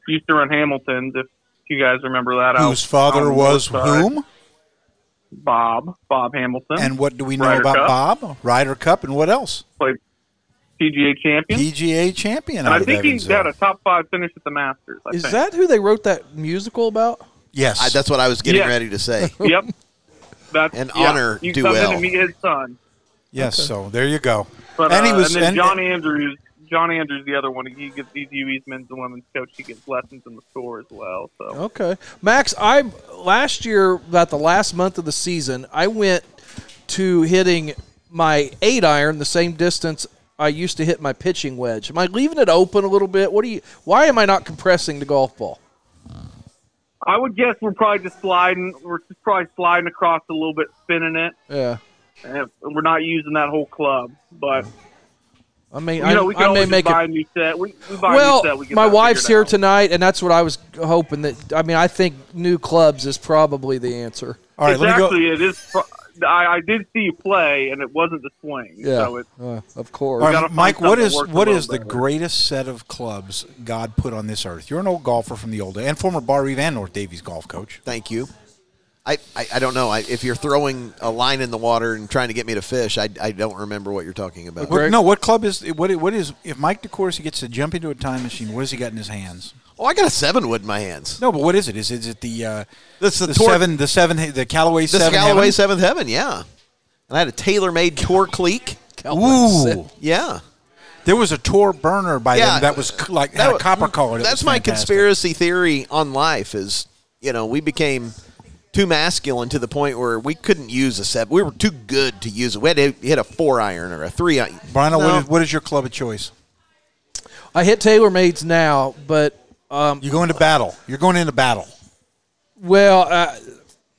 Speaker 5: used to run Hamilton's, if you guys remember that. out-
Speaker 4: Whose father
Speaker 5: out on the
Speaker 4: was
Speaker 5: north Um, side.
Speaker 4: whom?
Speaker 5: Bob. Bob Hamilton.
Speaker 4: And what do we know
Speaker 5: Ryder
Speaker 4: about
Speaker 5: Cup.
Speaker 4: Bob? Ryder Cup and what else?
Speaker 5: played PGA champion.
Speaker 4: PGA champion.
Speaker 5: and
Speaker 4: out
Speaker 5: I
Speaker 4: of
Speaker 5: think he's
Speaker 4: Evansville.
Speaker 5: had a top five finish at the Masters. I
Speaker 3: is
Speaker 5: think.
Speaker 3: that who they wrote that musical about?
Speaker 4: Yes.
Speaker 2: I, that's what I was getting
Speaker 5: Yeah.
Speaker 2: ready to say.
Speaker 5: Yep. That's
Speaker 2: An
Speaker 5: yeah.
Speaker 2: honor
Speaker 5: You
Speaker 2: duel.
Speaker 5: come in to meet his son.
Speaker 4: yes. So there you go.
Speaker 5: But,
Speaker 4: and
Speaker 5: uh,
Speaker 4: he was
Speaker 5: and then
Speaker 4: and,
Speaker 5: John Andrews. John Andrews, the other one, he gets ECU's men's and women's coach. He gets lessons in the store as well. So
Speaker 3: Okay, Max. I last year, about the last month of the season, I went to hitting my eight iron the same distance I used to hit my pitching wedge. Am I leaving it open a little bit? What do you? Why am I not compressing the golf ball?
Speaker 5: I would guess we're probably just sliding. We're just probably sliding across a little bit, spinning it,
Speaker 3: Yeah,
Speaker 5: and we're not using that whole club. But
Speaker 3: I mean,
Speaker 5: you know, we
Speaker 3: I,
Speaker 5: can
Speaker 3: I may
Speaker 5: always just
Speaker 3: make
Speaker 5: buy a
Speaker 3: it.
Speaker 5: new set. We, we buy a new set.
Speaker 3: Well,
Speaker 5: We get
Speaker 3: my
Speaker 5: that
Speaker 3: wife's
Speaker 5: figured
Speaker 3: here
Speaker 5: out.
Speaker 3: tonight, and that's what I was hoping that. I mean, I think new clubs is probably the answer.
Speaker 4: All right, let me go.
Speaker 5: exactly. It is. pro- I, I did see you play, and it wasn't the swing.
Speaker 3: Yeah,
Speaker 5: So it,
Speaker 3: uh, of course.
Speaker 4: All right,
Speaker 5: gotta find
Speaker 4: Mike, what
Speaker 5: something
Speaker 4: is
Speaker 5: that works a
Speaker 4: what
Speaker 5: little
Speaker 4: is the
Speaker 5: better.
Speaker 4: greatest set of clubs God put on this earth? You're an old golfer from the old and former Bar Eve and North Davies golf coach.
Speaker 2: Thank you. I, I, I don't know. I, if you're throwing a line in the water and trying to get me to fish, I, I don't remember what you're talking about.
Speaker 4: What-
Speaker 3: Greg?
Speaker 4: no, what club is what? What is if Mike DeCourcy gets to jump into a time machine? What has he got in his hands?
Speaker 2: Oh, I got a seven wood in my hands.
Speaker 4: No, but what is it? Is is it the uh,
Speaker 2: That's the Tor-
Speaker 4: seven the seven the Callaway
Speaker 2: This
Speaker 4: seven?
Speaker 2: Galloway
Speaker 4: Heaven?
Speaker 2: Seventh Heaven, yeah. And I had a tailor-made tour clique.
Speaker 4: Ooh,
Speaker 2: Yeah,
Speaker 4: there was a Tor burner by
Speaker 2: Yeah,
Speaker 4: them that was c- like
Speaker 2: That
Speaker 4: had a
Speaker 2: wa-
Speaker 4: copper color. that
Speaker 2: That's
Speaker 4: was
Speaker 2: my
Speaker 4: fantastic.
Speaker 2: conspiracy theory on life. Is you know we became too masculine to the point where we couldn't use a seven. We were too good to use it. We had to hit a four iron or a three iron.
Speaker 4: Brian,
Speaker 2: No.
Speaker 4: what, is, what is your club of choice?
Speaker 3: I hit TaylorMade's now, but um,
Speaker 4: You go into battle. You're going into battle.
Speaker 3: well, uh,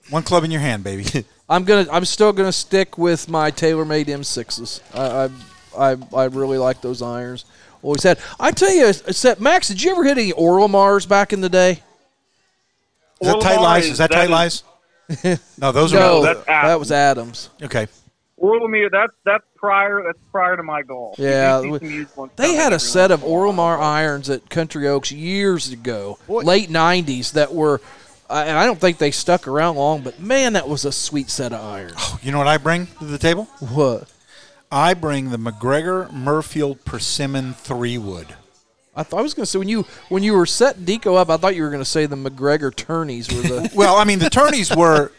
Speaker 4: One club in your hand, baby. [LAUGHS]
Speaker 3: I'm gonna. I'm still gonna stick with my TaylorMade M6s. I I, I, I really like those irons. Always had. I tell you, set Max. Did you ever hit any Oral Mars back in the day?
Speaker 4: Is that tight
Speaker 5: Orlamar
Speaker 4: lies?
Speaker 5: is-
Speaker 4: Is that
Speaker 5: that
Speaker 4: tight
Speaker 5: is-
Speaker 4: lies? No, those
Speaker 3: no,
Speaker 4: are
Speaker 5: that's
Speaker 3: that was Adams.
Speaker 4: okay.
Speaker 5: Orlamir, that's that's prior. That's prior to my golf. You do
Speaker 3: Yeah,
Speaker 5: see
Speaker 3: we-
Speaker 5: some used ones
Speaker 3: They
Speaker 5: coming
Speaker 3: had a
Speaker 5: every
Speaker 3: set
Speaker 5: once
Speaker 3: of
Speaker 5: in a while.
Speaker 3: Oral Mar irons at Country Oaks years ago, late '90s, that were. I- And I don't think they stuck around long, but man, that was a sweet set of irons.
Speaker 4: You know what I bring to the table?
Speaker 3: [LAUGHS] What?
Speaker 4: I bring the McGregor Murfield Persimmon three wood.
Speaker 3: I, thought I was going to say when you when you were setting Deco up, I thought you were going to say the McGregor tourneys were [LAUGHS] the
Speaker 4: Well, I mean, the tourneys were.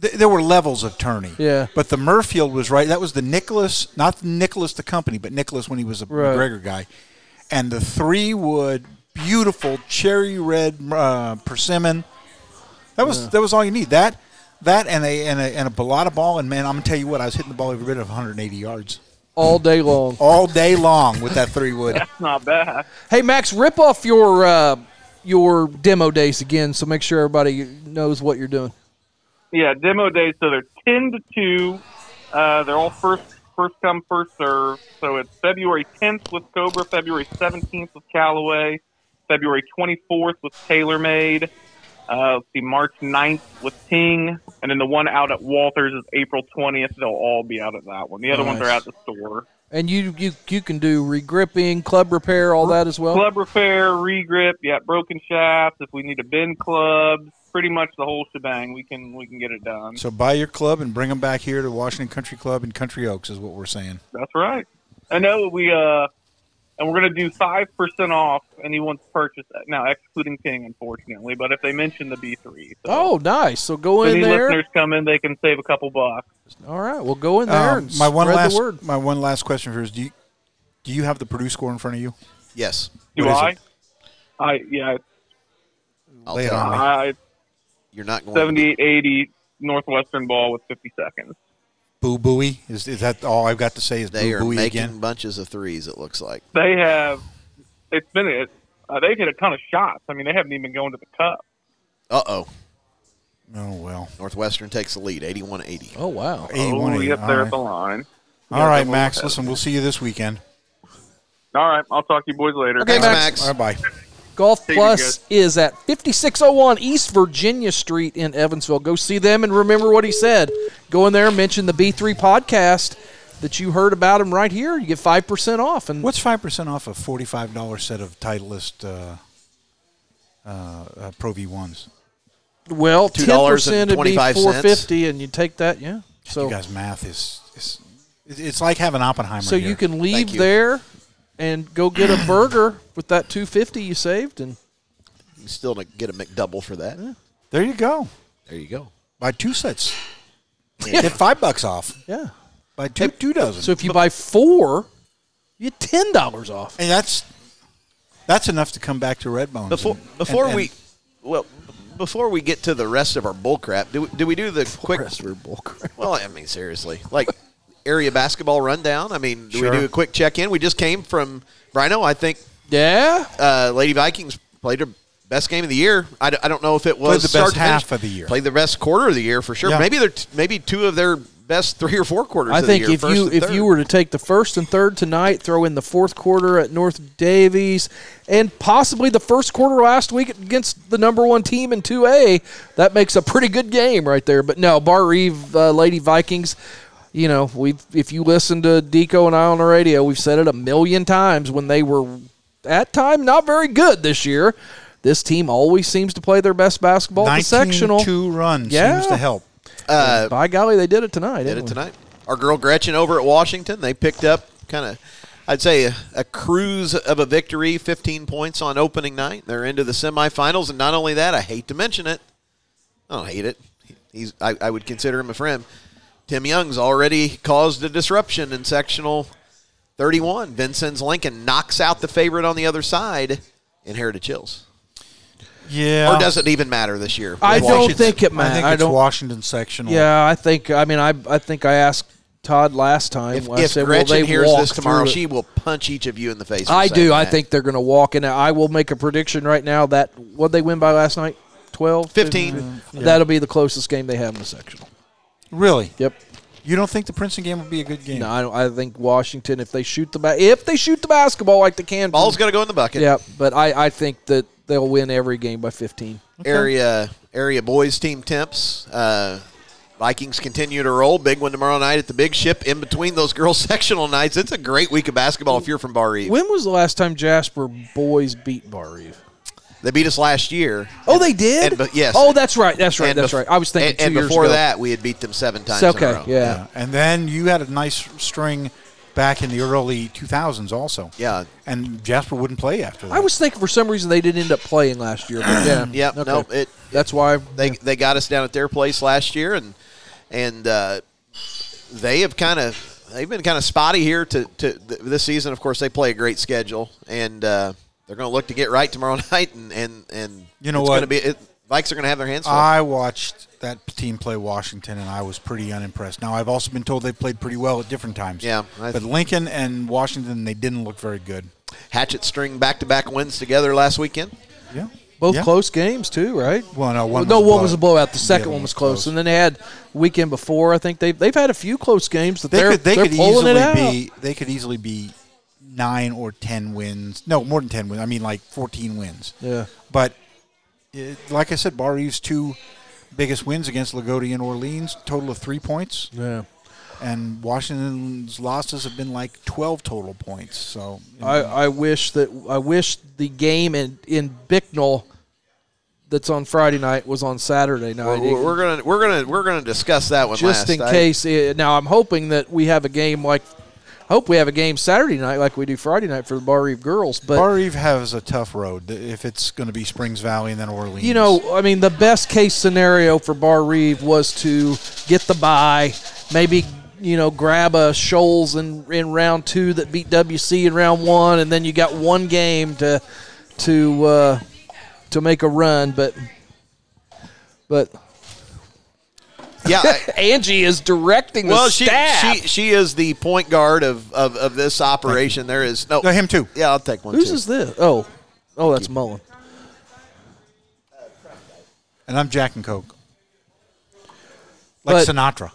Speaker 4: th- There were levels of tourney.
Speaker 3: Yeah.
Speaker 4: But the Murfield was right. That was the Nicholas, not the Nicholas the company, but Nicholas when he was a
Speaker 3: Right.
Speaker 4: McGregor guy. And the three wood, beautiful cherry red uh, persimmon. That was that was all you need. That that and a and a and a balata ball. And man, I'm gonna tell you what, I was hitting the ball every bit of 180 yards
Speaker 3: all day long.
Speaker 4: all day long with that
Speaker 3: [LAUGHS]
Speaker 4: three wood.
Speaker 5: That's not bad.
Speaker 3: Hey Max, rip off your uh, your demo days again, so make sure everybody knows what you're doing.
Speaker 5: Yeah, demo days. So they're ten to two. Uh, they're all first first come first serve. So it's February 10th with Cobra, February 17th with Callaway, February 24th with TaylorMade. Uh, let's see, March 9th with Ting, and then the one out at Walters is April 20th. They'll all be out at that one. The other ones are
Speaker 3: Nice.
Speaker 5: out at the store.
Speaker 3: And you you you can do regripping, club repair, all that as well.
Speaker 5: Club repair, regrip, yeah, broken shafts. If we need to bend clubs, pretty much the whole shebang. We can we can get it done.
Speaker 4: so buy your club and bring them back here to Washington Country Club and Country Oaks is what we're saying.
Speaker 5: That's right. I know we uh, and we're gonna do five percent off anyone's purchase now, excluding King, unfortunately. But if they mention the B three, so
Speaker 3: Oh, nice. So go
Speaker 5: if
Speaker 3: in
Speaker 5: any
Speaker 3: there.
Speaker 5: listeners come in, they can save a couple bucks.
Speaker 3: All right, well go in there
Speaker 4: Um,
Speaker 3: and
Speaker 4: my one
Speaker 3: spread
Speaker 4: last
Speaker 3: the word.
Speaker 4: my one last question for you is do you do you have the Purdue score in front of you?
Speaker 2: Yes,
Speaker 5: Do
Speaker 4: What is
Speaker 5: I?
Speaker 4: it?
Speaker 5: I yeah,
Speaker 2: I'll
Speaker 4: Lay it
Speaker 3: Oh,
Speaker 2: tell
Speaker 4: on
Speaker 2: you.
Speaker 4: me.
Speaker 5: I
Speaker 2: You're not going. to be-
Speaker 5: seventy eight eighty Northwestern ball with fifty seconds.
Speaker 4: Boo booey is is that all I've got to say is
Speaker 2: They
Speaker 4: boo
Speaker 2: are
Speaker 4: booey
Speaker 2: making
Speaker 4: again?
Speaker 2: bunches of threes. It looks like.
Speaker 5: They have it's been it. Uh, they've hit a ton of shots. I mean, they haven't even gone to the cup.
Speaker 2: Uh oh.
Speaker 4: Oh well,
Speaker 2: Northwestern takes the lead, 81-80.
Speaker 3: Oh wow.
Speaker 4: eighty-one.
Speaker 5: oh,
Speaker 4: eighty.
Speaker 5: yep,
Speaker 4: all
Speaker 5: they're
Speaker 4: right,
Speaker 5: at the line.
Speaker 4: all right Max. Listen, we'll see you this weekend.
Speaker 5: All right, I'll talk to you boys later.
Speaker 2: Thanks,
Speaker 3: Max.
Speaker 2: Max.
Speaker 4: All right, bye.
Speaker 3: Golf
Speaker 5: Take it,
Speaker 3: Plus
Speaker 5: guys.
Speaker 3: is at 5601 East Virginia Street in Evansville. Go see them and remember what he said. Go in there, mention the B3 podcast that you heard about him right here. You get 5% off and
Speaker 4: What's five percent off a forty-five dollar set of Titleist uh, uh, uh, Pro V ones?
Speaker 3: Well, ten percent would be
Speaker 2: $2.25.
Speaker 3: four fifty, and you take that, yeah.
Speaker 4: You
Speaker 3: So,
Speaker 4: guys, math is, is it- it's like having Oppenheimer.
Speaker 3: so you
Speaker 4: here.
Speaker 3: can leave
Speaker 2: Thank you.
Speaker 3: there and go get a burger with that two fifty you saved, and
Speaker 2: You still gonna get a McDouble for that.
Speaker 4: There you go.
Speaker 2: There you go.
Speaker 4: Buy two sets.
Speaker 2: Yeah.
Speaker 4: Get five bucks off.
Speaker 3: yeah.
Speaker 4: Buy two two dozen.
Speaker 3: So if you buy four, You get ten dollars off.
Speaker 4: And that's that's enough to come back to Redbone.
Speaker 2: Before before we well before we get to the rest of our bull crap, do we, do we do the quick Well, I mean seriously. Like area basketball rundown. I mean, do
Speaker 4: Sure.
Speaker 2: we do a quick check-in? We just came from Rhino. I think
Speaker 3: Yeah.
Speaker 2: uh, Lady Vikings played their best game of the year. I, d- I don't know if it was
Speaker 4: the best
Speaker 2: start to
Speaker 4: half
Speaker 2: finish.
Speaker 4: of the year.
Speaker 2: Played the best quarter of the year for sure.
Speaker 4: Yeah.
Speaker 2: Maybe they're t- maybe two of their best three or four quarters.
Speaker 3: I
Speaker 2: of the
Speaker 3: think
Speaker 2: year,
Speaker 3: if
Speaker 2: first
Speaker 3: you
Speaker 2: and
Speaker 3: if
Speaker 2: third.
Speaker 3: you were to take the first and third tonight, throw in the fourth quarter at North Davies, and possibly the first quarter last week against the number one team in two A, that makes a pretty good game right there. But no, Bar Eve uh, Lady Vikings. You know, we if you listen to Deco and I on the radio, we've said it a million times when they were at time not very good this year. This team always seems to play their best basketball at the sectional.
Speaker 4: two run
Speaker 3: Yeah.
Speaker 4: seems to help.
Speaker 3: By golly, they did it tonight.
Speaker 2: did it
Speaker 3: didn't they?
Speaker 2: tonight. Our girl Gretchen over at Washington, they picked up kind of, I'd say, a, a cruise of a victory, 15 points on opening night. They're into the semifinals, and not only that, I hate to mention it. I don't hate it. He's, I, I would consider him a friend. Tim Young's already caused a disruption in sectional 31. Vincent's Lincoln knocks out the favorite on the other side. Inherited chills,
Speaker 4: Yeah.
Speaker 2: or does it even matter this year?
Speaker 3: Uh, I
Speaker 2: with
Speaker 3: don't
Speaker 2: Washington?
Speaker 3: think it
Speaker 4: I
Speaker 3: matters.
Speaker 4: think
Speaker 3: I
Speaker 4: it's
Speaker 3: don't
Speaker 4: Washington sectional.
Speaker 3: Yeah, I think. I mean, I I think I asked Todd last time.
Speaker 2: If,
Speaker 3: I
Speaker 2: if
Speaker 3: said, will
Speaker 2: Gretchen
Speaker 3: they
Speaker 2: hears
Speaker 3: walk
Speaker 2: this tomorrow,
Speaker 3: through it?
Speaker 2: she will punch each of you in the face. for
Speaker 3: I
Speaker 2: saying
Speaker 3: do. I
Speaker 2: that.
Speaker 3: think they're going to walk in. I will make a prediction right now that what they win by last night, 12?
Speaker 2: 15.
Speaker 3: That'll be the closest game they have in the sectional.
Speaker 4: Really?
Speaker 3: Yep.
Speaker 4: You don't think the Princeton game would be a good game?
Speaker 3: No, I, don't, I think Washington, if they shoot the ba- if they shoot the basketball like they can,
Speaker 2: Ball's going to go in the bucket.
Speaker 3: Yeah, but I I think that they'll win every game by 15.
Speaker 2: area area boys team temps. Uh, Vikings continue to roll. Big one tomorrow night at the Big Ship. In between those [LAUGHS] girls sectional nights, it's a great week of basketball if you're from Bar Eve.
Speaker 3: When was the last time Jasper boys beat Bar Eve?
Speaker 2: They beat us last year.
Speaker 3: Oh, they did.
Speaker 2: and but- yes.
Speaker 3: Oh, that's right. That's right.
Speaker 2: And
Speaker 3: that's
Speaker 2: bef-
Speaker 3: right. I was thinking
Speaker 2: And,
Speaker 3: two
Speaker 2: and
Speaker 3: years
Speaker 2: before
Speaker 3: ago.
Speaker 2: that, we had beat them seven times.
Speaker 3: It's
Speaker 2: In a
Speaker 3: okay.
Speaker 2: row.
Speaker 3: Yeah.
Speaker 4: Yeah. And then you had a nice string back in the early 2000s also.
Speaker 2: Yeah.
Speaker 4: And Jasper wouldn't play after that.
Speaker 3: I was thinking for some reason they didn't end up playing last year.
Speaker 2: [CLEARS THROAT]
Speaker 3: But yeah.
Speaker 2: Yep, no, it-
Speaker 3: That's why.
Speaker 2: They they got us down at their place last year, and and uh, they have kind of they've been kind of spotty here to to th- this season. Of course, they play a great schedule, and uh, they're going to look to get right tomorrow [LAUGHS] night. And and and
Speaker 4: You know
Speaker 2: it's
Speaker 4: what?
Speaker 2: Gonna be, it, Vikes are going to have their hands full.
Speaker 4: I watched that team play Washington, and I was pretty unimpressed. Now I've also been told they played pretty well at different times.
Speaker 2: Yeah, I-
Speaker 4: but Lincoln and Washington, they didn't look very good.
Speaker 2: Hatchet string back to back wins together last weekend.
Speaker 4: Yeah,
Speaker 3: Both
Speaker 4: Yeah.
Speaker 3: close games too, right?
Speaker 4: Well, no, one
Speaker 3: no,
Speaker 4: was a
Speaker 3: one was a
Speaker 4: blowout.
Speaker 3: blowout. The second
Speaker 4: other
Speaker 3: one was close. and then they had weekend before. I think they they've had a few close games that
Speaker 4: They
Speaker 3: are
Speaker 4: could they
Speaker 3: they're
Speaker 4: could
Speaker 3: pulling it
Speaker 4: easily
Speaker 3: out.
Speaker 4: be they could easily be nine or ten wins. No, more than ten wins. I mean, like fourteen wins.
Speaker 3: Yeah.
Speaker 4: But it, like I said, Bar Eve's two biggest wins against Lagodia and Orleans, total of three points,
Speaker 3: Yeah,
Speaker 4: and Washington's losses have been like twelve total points. So
Speaker 3: I, I wish that I wish the game in in Bicknell that's on Friday night was on Saturday night.
Speaker 2: We're, we're- we're gonna we're gonna we're gonna discuss that one
Speaker 3: just
Speaker 2: last.
Speaker 3: in
Speaker 2: I-
Speaker 3: case. It, now I'm hoping that we have a game like. I hope we have a game Saturday night like we do Friday night for the Bar Eve girls. But
Speaker 4: Bar Eve has a tough road th- if it's going to be Springs Valley and then Orleans.
Speaker 3: You know, I mean, the best case scenario for Bar Reeve was to get the bye, maybe you know grab a Shoals in in round two that beat WC in round one, and then you got one game to to uh, to make a run. But but
Speaker 2: yeah. I-
Speaker 3: Angie is directing [LAUGHS]
Speaker 2: well,
Speaker 3: the
Speaker 2: she,
Speaker 3: staff.
Speaker 2: she she is the point guard of, of, of this operation. There is no
Speaker 4: No, him too.
Speaker 2: Yeah, I'll take one.
Speaker 3: Whose
Speaker 2: too.
Speaker 3: is this? Oh, oh, that's Mullen.
Speaker 4: and I'm Jack and Coke, like
Speaker 3: But-
Speaker 4: Sinatra,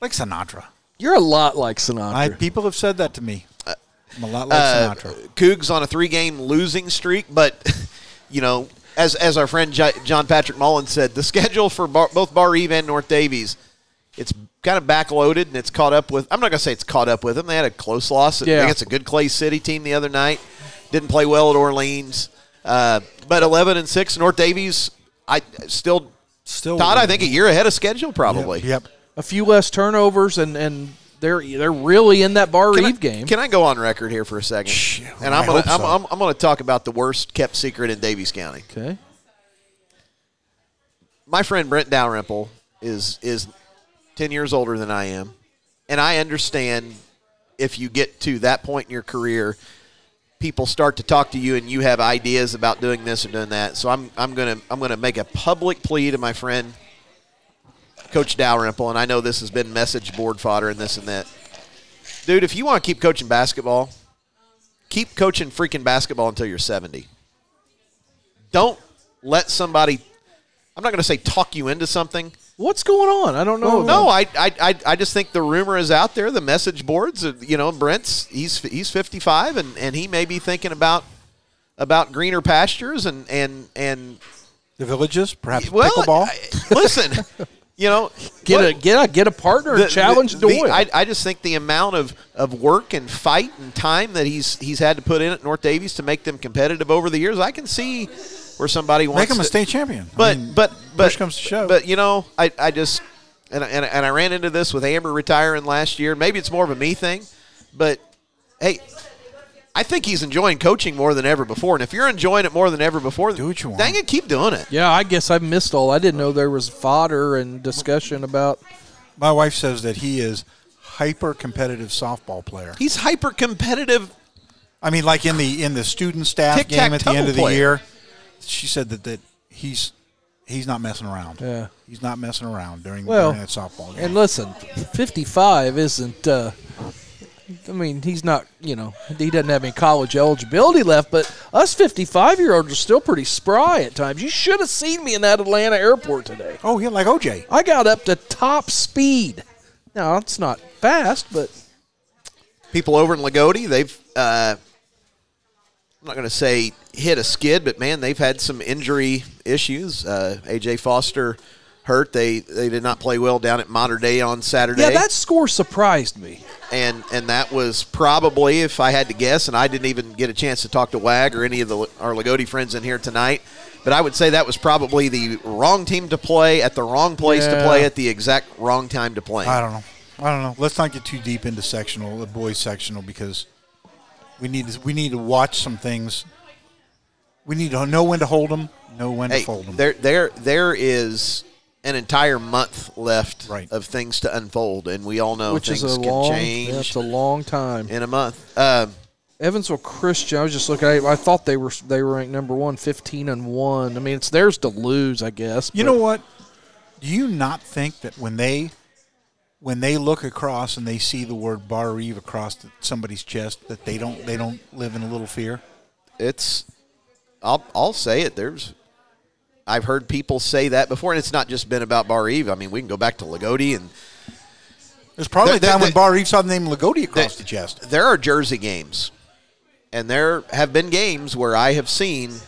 Speaker 4: like Sinatra.
Speaker 3: You're a lot like Sinatra.
Speaker 4: I, people have said that to me. I'm a lot like
Speaker 2: uh,
Speaker 4: Sinatra.
Speaker 2: Cougs on a three-game losing streak, but [LAUGHS] you know, as as our friend J- John Patrick Mullen said, the schedule for Bar- both Bar Eve and North Davies, it's kind of backloaded and it's caught up with. I'm not going to say it's caught up with them. They had a close loss
Speaker 3: Yeah.
Speaker 2: against a good Clay City team the other night. Didn't play well at Orleans, uh, but 11 and six North Davies. I still
Speaker 4: Still,
Speaker 2: Todd. I think a year ahead of schedule
Speaker 4: Yep,
Speaker 2: probably.
Speaker 4: Yep.
Speaker 3: a few less turnovers, and and they're they're really in that Bar
Speaker 2: Can I-
Speaker 3: Reeve game.
Speaker 2: Can I go on record here for a second?
Speaker 4: Shh,
Speaker 2: and
Speaker 4: I
Speaker 2: I'm gonna,
Speaker 4: hope
Speaker 2: I'm,
Speaker 4: so.
Speaker 2: I'm, I'm going to talk about the worst kept secret in Davies County.
Speaker 3: okay.
Speaker 2: My friend Brent Dalrymple is is ten years older than I am, and I understand if you get to that point in your career, people start to talk to you and you have ideas about doing this or doing that. So I'm I'm gonna I'm gonna make a public plea to my friend Coach Dalrymple, and I know this has been message board fodder and this and that. Dude, if you want to keep coaching basketball, keep coaching freaking basketball until you're 70. Don't let somebody I'm not going to say talk you into something.
Speaker 3: What's going on? I don't know.
Speaker 2: No, I, I, I, I just think the rumor is out there. The message boards, uh, you know, Brent's he's he's 55, and, and he may be thinking about about greener pastures and and and
Speaker 4: The villages, perhaps
Speaker 2: well,
Speaker 4: pickleball.
Speaker 2: I- [LAUGHS] listen, you know,
Speaker 3: get
Speaker 2: what-
Speaker 3: a get a get a partner and challenge
Speaker 2: the-
Speaker 3: Doyle.
Speaker 2: I, I just think the amount of, of work and fight and time that he's he's had to put in at North Davies to make them competitive over the years, I can see where somebody wants
Speaker 4: Make him
Speaker 2: to,
Speaker 4: a state champion. I
Speaker 2: but
Speaker 4: mean,
Speaker 2: but but
Speaker 4: push comes to shove.
Speaker 2: But you know, I I just and I- and I- and I ran into this with Amber retiring last year. Maybe it's more of a me thing, but hey, I think he's enjoying coaching more than ever before. And if you're enjoying it more than ever before,
Speaker 4: Do what you want.
Speaker 2: Dang it, keep doing it.
Speaker 3: yeah, I guess I missed all. I didn't know there was fodder and discussion about.
Speaker 4: my wife says that he is hyper competitive softball player.
Speaker 2: He's hyper competitive.
Speaker 4: I mean, like in the in the student staff game at the
Speaker 2: Tic-tac-toe
Speaker 4: end of the
Speaker 2: player.
Speaker 4: year, she said that, that he's he's not messing around.
Speaker 3: Yeah.
Speaker 4: he's not messing around during,
Speaker 3: Well,
Speaker 4: during that softball game.
Speaker 3: And listen, fifty-five isn't. Uh, I mean, he's not. You know, he doesn't have any college eligibility left. But us fifty-five-year-olds are still pretty spry at times. You should have seen me in that Atlanta airport today.
Speaker 4: oh yeah, like OJ.
Speaker 3: I got up to top speed. Now it's not fast, but
Speaker 2: People over in Lagodi, they've uh, I'm not going to say hit a skid, but man, they've had some injury issues. Uh, AJ Foster hurt. They they did not play well down at Modern Day on Saturday.
Speaker 3: yeah, that score surprised me.
Speaker 2: and and that was probably if I had to guess, and I didn't even get a chance to talk to Wag or any of the our Lagodi friends in here tonight. But I would say that was probably the wrong team to play at the wrong place to
Speaker 3: Yeah.
Speaker 2: play at the exact wrong time to play.
Speaker 4: I don't know. I don't know. Let's not get too deep into sectional, the boys sectional, because we need to, we need to watch some things. We need to know when to hold them, know when to
Speaker 2: hey,
Speaker 4: fold them.
Speaker 2: there there there is an entire month left
Speaker 4: Right.
Speaker 2: of things to unfold, and we all know
Speaker 3: which
Speaker 2: things
Speaker 3: is a
Speaker 2: can
Speaker 3: long, yeah,
Speaker 2: change
Speaker 3: it's a long time.
Speaker 2: in a month. Uh,
Speaker 3: Evansville Christian, I was just looking. At it, I thought they were they were ranked number one, 15 and one. I mean, it's theirs to lose, I guess.
Speaker 4: You
Speaker 3: but-
Speaker 4: know what? Do you not think that when they when they look across and they see the word Bar Eve across the, somebody's chest, that they don't they don't live in a little fear?
Speaker 2: it's I'll I'll say it. There's I've heard people say that before, and it's not just been about Bar Eve. I mean, we can go back to Lagodi, and
Speaker 4: There's probably
Speaker 2: There-
Speaker 4: a time
Speaker 2: there-
Speaker 4: when Bar Eve saw the name Lagodi across
Speaker 2: there-
Speaker 4: the chest.
Speaker 2: there are Jersey games, and there have been games where I have seen,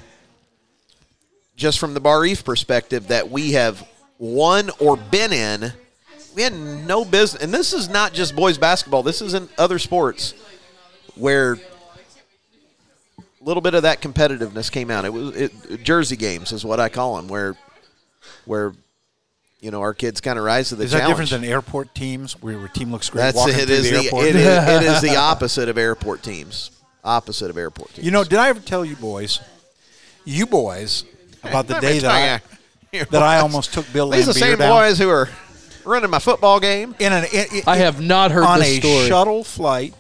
Speaker 2: just from the Bar Eve perspective, that we have won or been in. We had no business, and this is not just boys basketball. This is in other sports where a little bit of that competitiveness came out. It was it, Jersey games is what I call them, where where you know our kids kind of rise to the
Speaker 4: Is that
Speaker 2: challenge.
Speaker 4: different than airport teams where your team looks great
Speaker 2: That's
Speaker 4: walking
Speaker 2: it
Speaker 4: through
Speaker 2: is
Speaker 4: the
Speaker 2: the,
Speaker 4: airport?
Speaker 2: it is it is
Speaker 4: [LAUGHS]
Speaker 2: the opposite of airport teams. Opposite of airport teams.
Speaker 4: You know, did I ever tell you boys, you boys, about the day that I that I almost took Bill
Speaker 2: Oh, These are the
Speaker 4: Lambier
Speaker 2: same
Speaker 4: down
Speaker 2: boys who are running my football game.
Speaker 4: in an in, in-
Speaker 3: I have not heard
Speaker 4: on
Speaker 3: this
Speaker 4: a
Speaker 3: story.
Speaker 4: shuttle flight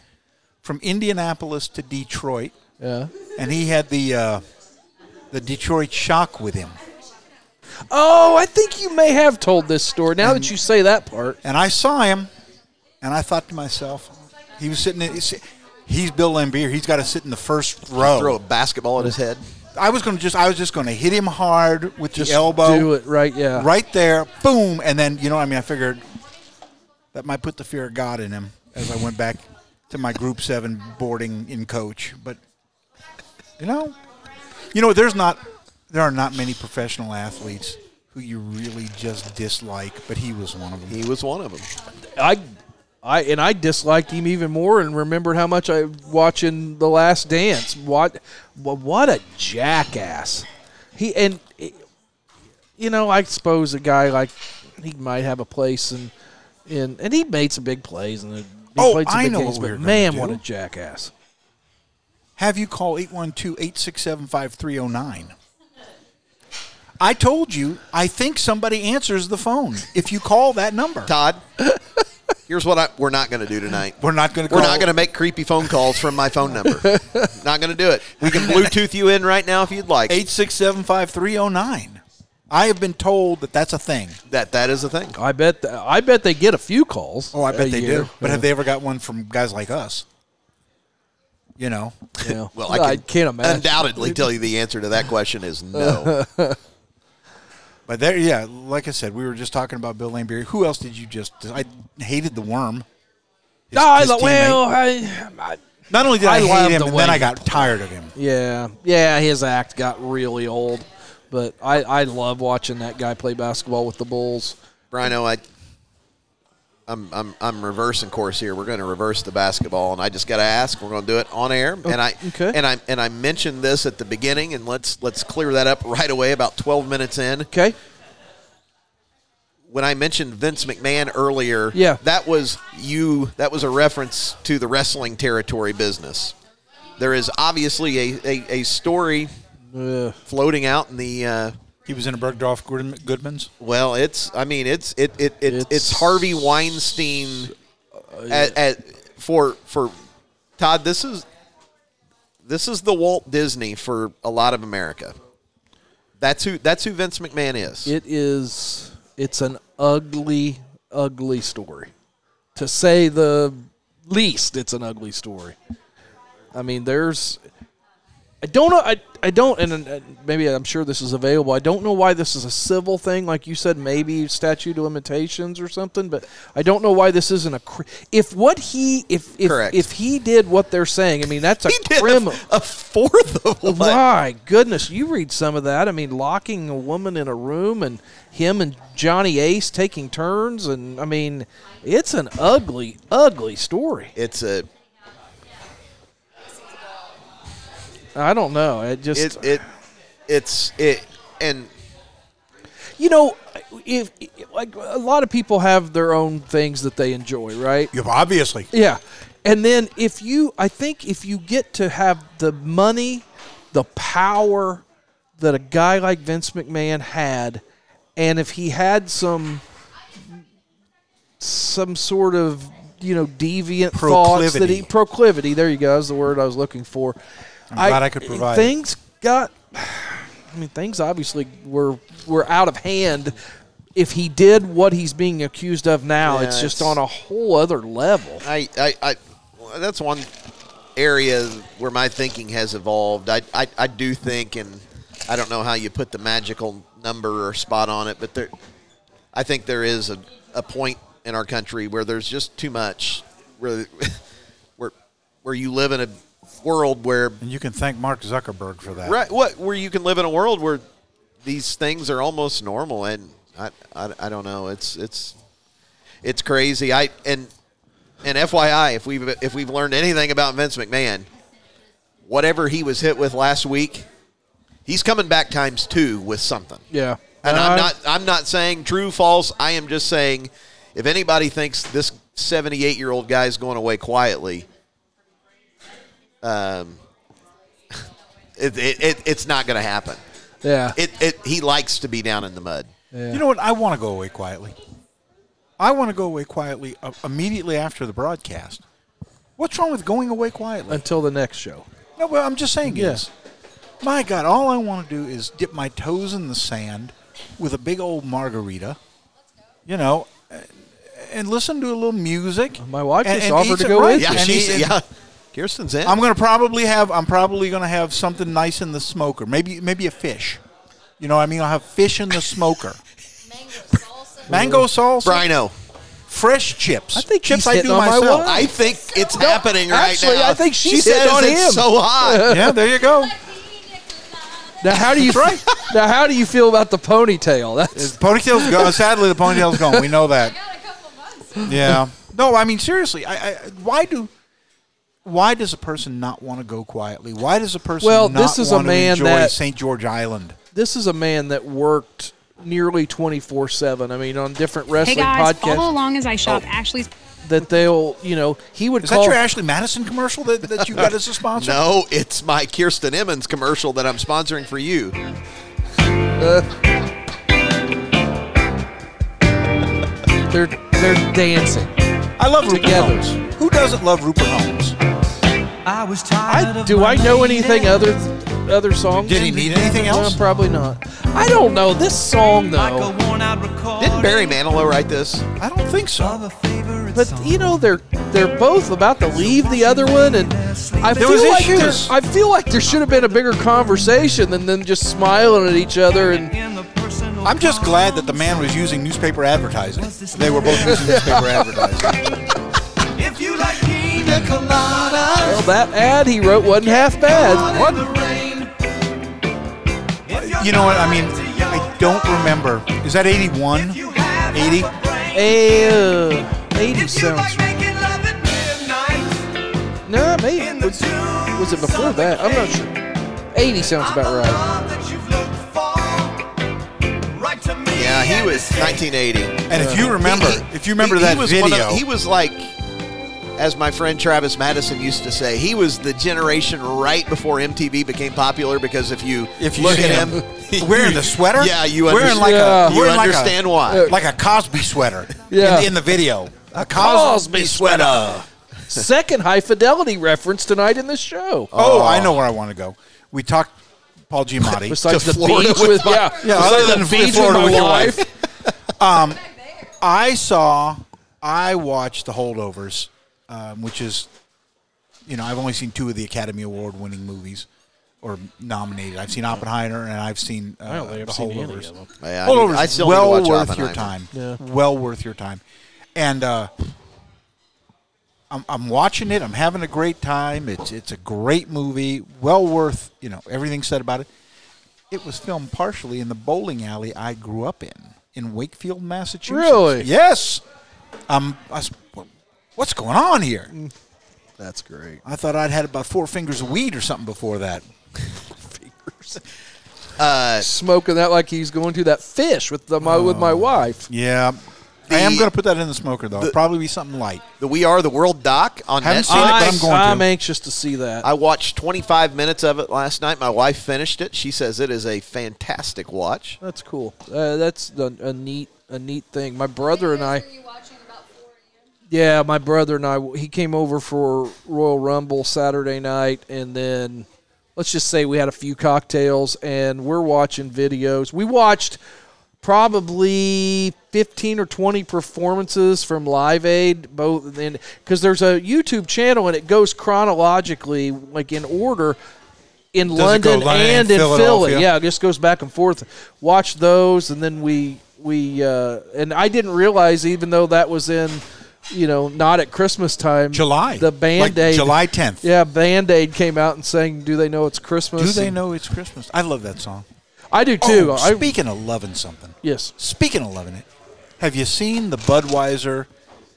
Speaker 4: from Indianapolis to Detroit,
Speaker 3: yeah.
Speaker 4: and he had the uh, the Detroit shock with him,
Speaker 3: Oh, I think you may have told this story. Now that you say that part,
Speaker 4: and I saw him, and I thought to myself, he was sitting. In, he's- he's Bill Lambier. He's got to sit in the first row.
Speaker 2: Throw a basketball at his head.
Speaker 4: I was going to just I was just going to hit him hard with the elbow.
Speaker 3: do it right. Yeah.
Speaker 4: right there, boom, and then you know, I mean, I figured that might put the fear of God in him as I went back to my Group Seven boarding in coach. But you know, you know, there's not there are not many professional athletes who you really just dislike, but he was one of them.
Speaker 2: He was one of them.
Speaker 3: I, I and I disliked him even more, and remembered how much I watching The Last Dance. What, wha- what a jackass! He and eh, you know, I suppose a guy like he might have a place, and and and he made some big plays, and he
Speaker 4: Oh,
Speaker 3: played some
Speaker 4: I
Speaker 3: big
Speaker 4: know
Speaker 3: games,
Speaker 4: what we
Speaker 3: but
Speaker 4: were gonna
Speaker 3: man,
Speaker 4: do.
Speaker 3: what a jackass!
Speaker 4: Have you call 812-867-5309. I [LAUGHS] told you, I think somebody answers the phone if you call that number.
Speaker 2: Todd, Here's what I, we're not going to do tonight.
Speaker 4: We're not going to.
Speaker 2: We're not going to make creepy phone calls from my phone
Speaker 4: [LAUGHS]
Speaker 2: number. not going to do it. We can Bluetooth you in right now if you'd like.
Speaker 4: eight six seven five three zero nine. I have been told that that's a thing.
Speaker 2: That that is a thing.
Speaker 3: I bet. th- I bet they get a few calls.
Speaker 4: Oh, I bet
Speaker 3: a
Speaker 4: they
Speaker 3: year.
Speaker 4: do. But have they ever got one from guys like us? You know, [LAUGHS]
Speaker 3: Yeah.
Speaker 2: Well, I, can
Speaker 3: can't imagine.
Speaker 2: Undoubtedly, tell you the answer to that question is
Speaker 4: [LAUGHS]
Speaker 2: no.
Speaker 4: but there, yeah. Like I said, we were just talking about Bill Laimbeer. Who else did you just? I hated the worm. His-
Speaker 3: No, Ah, I
Speaker 4: his
Speaker 3: like, well, I, I,
Speaker 4: teammate. not only did I,
Speaker 3: I love
Speaker 4: hate him,
Speaker 3: the
Speaker 4: and then
Speaker 3: way-
Speaker 4: I got tired of him.
Speaker 3: yeah, yeah. His act got really old, but I, I love watching that guy play basketball with the Bulls.
Speaker 2: Brino, I, I'm, I'm, I'm reversing course here. We're going to reverse the basketball, and I just got to ask. We're going to do it on air, and I
Speaker 3: Oh, okay.
Speaker 2: and I and I mentioned this at the beginning, and let's let's clear that up right away. About 12 minutes in,
Speaker 3: Okay.
Speaker 2: when I mentioned Vince McMahon earlier,
Speaker 3: Yeah.
Speaker 2: that was you. That was a reference to the wrestling territory business. There is obviously a a, a story
Speaker 3: Ugh.
Speaker 2: floating out in the. Uh,
Speaker 4: He was in a Bergdorf Goodman- Goodman's.
Speaker 2: Well, it's. I mean, it's it it, it it's,
Speaker 3: It's-
Speaker 2: Harvey Weinstein. At, at for for Todd, this is this is the Walt Disney for a lot of America. That's who that's who Vince McMahon is.
Speaker 3: It is. It's an ugly, ugly story. To say the least, it's an ugly story. I mean, there's. I don't know. I, I don't, and uh, maybe I'm sure this is available. I don't know why this is a civil thing, like you said, maybe statute of limitations or something. But I don't know why this isn't a. Cr- if what he if if,
Speaker 2: Correct.
Speaker 3: if he did what they're saying, I mean that's a
Speaker 2: [LAUGHS] he did
Speaker 3: criminal.
Speaker 2: a, a fourth of what?
Speaker 3: My goodness, you read some of that. I mean, locking a woman in a room and him and Johnny Ace taking turns, and I mean, it's an ugly, ugly story.
Speaker 2: It's a
Speaker 3: I don't know. It just
Speaker 2: it it it's it and
Speaker 3: you know, if like a lot of people have their own things that they enjoy, right?
Speaker 4: Yeah, obviously.
Speaker 3: Yeah. And then if you, I think if you get to have the money, the power that a guy like Vince McMahon had, and if he had some some sort of you know deviant thoughts that he
Speaker 4: Proclivity.
Speaker 3: proclivity. There you go. Is the word I was looking for. I'm
Speaker 4: glad I could provide it.
Speaker 3: Things got. I mean, things obviously were were out of hand. If he did what he's being accused of now,
Speaker 2: Yeah,
Speaker 3: it's just
Speaker 2: it's-
Speaker 3: on a whole other level.
Speaker 2: I, I, I well, that's one area where my thinking has evolved. I, I, I do think, and I don't know how you put the magical number or spot on it, but there, I think there is a, a point in our country where there's just too much, where, [LAUGHS] where, where you live in a world where,
Speaker 4: And you can thank Mark Zuckerberg for that.
Speaker 2: right, what, where you can live in a world where these things are almost normal. And I, I, I don't know. It's, it's, it's crazy. I and and FYI, if we've if we've learned anything about Vince McMahon, whatever he was hit with last week, he's coming back times two with something.
Speaker 3: Yeah.
Speaker 2: And
Speaker 3: Uh,
Speaker 2: I'm not I'm not saying true false. I am just saying if anybody thinks this 78 year old guy is going away quietly, um, [LAUGHS] it, it, it, it's not going to happen.
Speaker 3: Yeah.
Speaker 2: It, it he likes to be down in the mud.
Speaker 4: You know what? I want to go away quietly. I want to go away quietly uh, immediately after the broadcast. What's wrong with going away quietly?
Speaker 3: Until the next show.
Speaker 4: No, well, I'm just saying
Speaker 3: Yeah.
Speaker 4: is, my God, all I want to do is dip my toes in the sand with a big old margarita, you know, and- and listen to a little music.
Speaker 3: Uh, My wife
Speaker 4: and-
Speaker 3: just
Speaker 4: and
Speaker 3: offered
Speaker 4: eat
Speaker 3: to
Speaker 4: some-
Speaker 3: go
Speaker 4: right,
Speaker 3: with
Speaker 2: Yeah,
Speaker 4: and
Speaker 2: she's,
Speaker 4: eat- and-
Speaker 2: yeah. Kirsten's in.
Speaker 4: I'm gonna probably have. I'm probably gonna have something nice in the smoker. Maybe maybe a fish. You know, what I mean, I'll have fish in
Speaker 3: [LAUGHS]
Speaker 4: the smoker.
Speaker 6: Mango salsa.
Speaker 4: Mango salsa,
Speaker 2: Brino.
Speaker 4: fresh chips.
Speaker 3: I think
Speaker 4: chips
Speaker 3: he's hitting on my wife.
Speaker 2: I think it's happening right
Speaker 3: actually,
Speaker 2: now.
Speaker 3: I think she
Speaker 2: said
Speaker 3: said
Speaker 2: on
Speaker 3: it's him.
Speaker 2: it so [LAUGHS] hot.
Speaker 4: yeah, there you go.
Speaker 3: Now how do
Speaker 4: [LAUGHS]
Speaker 3: you [LAUGHS] now how do you feel about the ponytail? That's
Speaker 4: The ponytail's gone. Sadly, the ponytail's gone. We know [LAUGHS]
Speaker 6: I
Speaker 4: that.
Speaker 6: got a couple months.
Speaker 4: Yeah. No, I mean seriously. I, I why do why does a person not want to go quietly? Why does a person
Speaker 3: Well,
Speaker 4: not
Speaker 3: this is a
Speaker 4: want to
Speaker 3: man
Speaker 4: enjoy
Speaker 3: that-
Speaker 4: St. George Island?
Speaker 3: this is a man that worked nearly twenty four seven. I mean, on different
Speaker 7: Hey
Speaker 3: wrestling
Speaker 7: guys, Oh. follow
Speaker 3: podcasts
Speaker 7: along as I shop Ashley's.
Speaker 3: that they'll you know he would
Speaker 4: Is
Speaker 3: call
Speaker 4: that your Ashley Madison commercial that, that you got as a sponsor?
Speaker 2: No, it's my Kirsten Emmons commercial that I'm sponsoring for you.
Speaker 3: they're they're dancing.
Speaker 4: I I love Rupert
Speaker 3: Together.
Speaker 4: Holmes. Who doesn't love Rupert Holmes?
Speaker 7: I was tired of
Speaker 3: Do
Speaker 7: my
Speaker 3: I know
Speaker 7: lady.
Speaker 3: anything other other songs?
Speaker 4: Did he need anything
Speaker 3: No,
Speaker 4: else?
Speaker 3: probably not. I don't know this song
Speaker 7: Like
Speaker 3: though,
Speaker 7: a worn-out recording
Speaker 2: Didn't Barry Manilow write this?
Speaker 4: I don't think so.
Speaker 7: of a favorite
Speaker 3: but
Speaker 7: song.
Speaker 3: you know they're they're both about to leave the other one, and I
Speaker 4: There
Speaker 3: feel
Speaker 4: was
Speaker 3: like there,
Speaker 4: issues.
Speaker 3: I feel like there should have been a bigger conversation than them just smiling at each other and.
Speaker 7: In the personal
Speaker 4: I'm just glad that the man was using newspaper advertising. They were both using newspaper advertising.
Speaker 7: column. If you like pina colada,
Speaker 3: Well, that ad he wrote wasn't half bad.
Speaker 7: what? The rain. If you're
Speaker 4: You know what? I mean,
Speaker 7: tired to
Speaker 4: I don't remember. Is that 81?
Speaker 7: You have
Speaker 4: 80?
Speaker 7: half a brain.
Speaker 3: Hey, uh, 80
Speaker 7: If you like
Speaker 3: sounds.
Speaker 7: making love at midnight
Speaker 3: No, maybe.
Speaker 7: in the
Speaker 3: Was, was it before that? I'm not sure. 80 sounds about right.
Speaker 2: Yeah, he was 1980.
Speaker 4: And if you remember,
Speaker 2: He- he-
Speaker 4: if you remember
Speaker 2: he- he
Speaker 4: that
Speaker 2: was one of-
Speaker 4: video,
Speaker 2: he was like, as my friend Travis Madison used to say, he was the generation right before MTV became popular because if you
Speaker 4: if you
Speaker 2: look
Speaker 4: see
Speaker 2: at
Speaker 4: him,
Speaker 2: him, [LAUGHS]
Speaker 4: wearing the sweater,
Speaker 2: yeah, you
Speaker 4: wearing like
Speaker 3: Yeah.
Speaker 4: a
Speaker 2: you
Speaker 4: wearing like a- uh,
Speaker 2: understand why.
Speaker 4: like a Cosby sweater.
Speaker 3: Yeah.
Speaker 4: in, in the video, a
Speaker 3: Cosby
Speaker 4: Cosby, sweater.
Speaker 3: Second high fidelity reference tonight in this show.
Speaker 4: Oh, I know where I want to go. We talked Paul
Speaker 2: [LAUGHS]
Speaker 4: Giamatti.
Speaker 3: Besides
Speaker 2: to
Speaker 3: the
Speaker 2: Florida
Speaker 3: beach
Speaker 2: with
Speaker 3: with, yeah,
Speaker 4: Yeah,
Speaker 3: besides
Speaker 4: other
Speaker 3: the
Speaker 4: than
Speaker 3: beach with
Speaker 4: Florida
Speaker 3: my
Speaker 4: with your
Speaker 3: wife.
Speaker 4: I saw, I watched the holdovers, um, which is, you know, I've only seen two of the Academy Award winning movies or nominated. I've seen Oppenheimer and I've seen uh,
Speaker 3: don't think I've
Speaker 4: the
Speaker 3: seen any of
Speaker 4: holdovers.
Speaker 3: them.
Speaker 2: Yeah, I need-
Speaker 4: holdovers,
Speaker 2: I still need to
Speaker 4: well
Speaker 2: watch
Speaker 4: worth your
Speaker 2: Oppenheimer.
Speaker 4: time.
Speaker 3: Yeah.
Speaker 4: Well worth your time, and uh, I'm, I'm watching it. I'm having a great time. It's it's a great movie. Well worth you know everything said about it. It was filmed partially in the bowling alley I grew up in in Wakefield, Massachusetts.
Speaker 3: Really?
Speaker 4: Yes. Um, I s- what's going on here?
Speaker 3: That's great.
Speaker 4: I thought I'd had about four fingers of weed or something before that.
Speaker 3: Smoking that like he's going to that fish with the, my with my
Speaker 4: Oh.
Speaker 3: wife.
Speaker 4: Yeah. I am
Speaker 2: The-
Speaker 4: going to put that in the smoker though. It'll probably be something light.
Speaker 2: The We Are the World doc on
Speaker 4: Haven't
Speaker 2: Netflix.
Speaker 4: seen it, but
Speaker 3: I,
Speaker 4: I'm going to.
Speaker 3: I'm anxious to see that.
Speaker 2: I watched 25 minutes of it last night. My wife finished it. She says it is a fantastic watch.
Speaker 3: that's cool. Uh, that's a, a neat a neat thing. My brother and I.
Speaker 6: Were you watching about 4 a.m.?
Speaker 3: Yeah, my brother and I. He came over for Royal Rumble Saturday night, and then let's just say we had a few cocktails, and we're watching videos. We watched probably fifteen or twenty performances from Live Aid, both and because there's a YouTube channel and it goes chronologically, like in order. In
Speaker 4: go
Speaker 3: London
Speaker 4: London and
Speaker 3: and in Philly,
Speaker 4: Philadelphia?
Speaker 3: yeah, it just goes back and forth. Watch those, and then we we uh, and I didn't realize even though that was in, you know, not at Christmas time.
Speaker 4: July.
Speaker 3: the
Speaker 4: Like
Speaker 3: Band Aid,
Speaker 4: July 10th.
Speaker 3: Yeah, Band Aid came out and sang, "Do they know it's
Speaker 4: Do
Speaker 3: Christmas?"
Speaker 4: they
Speaker 3: And
Speaker 4: know it's Christmas? I love that song.
Speaker 3: I do too.
Speaker 4: Oh,
Speaker 3: I,
Speaker 4: speaking of loving something,
Speaker 3: yes,
Speaker 4: speaking of loving it, have you seen the Budweiser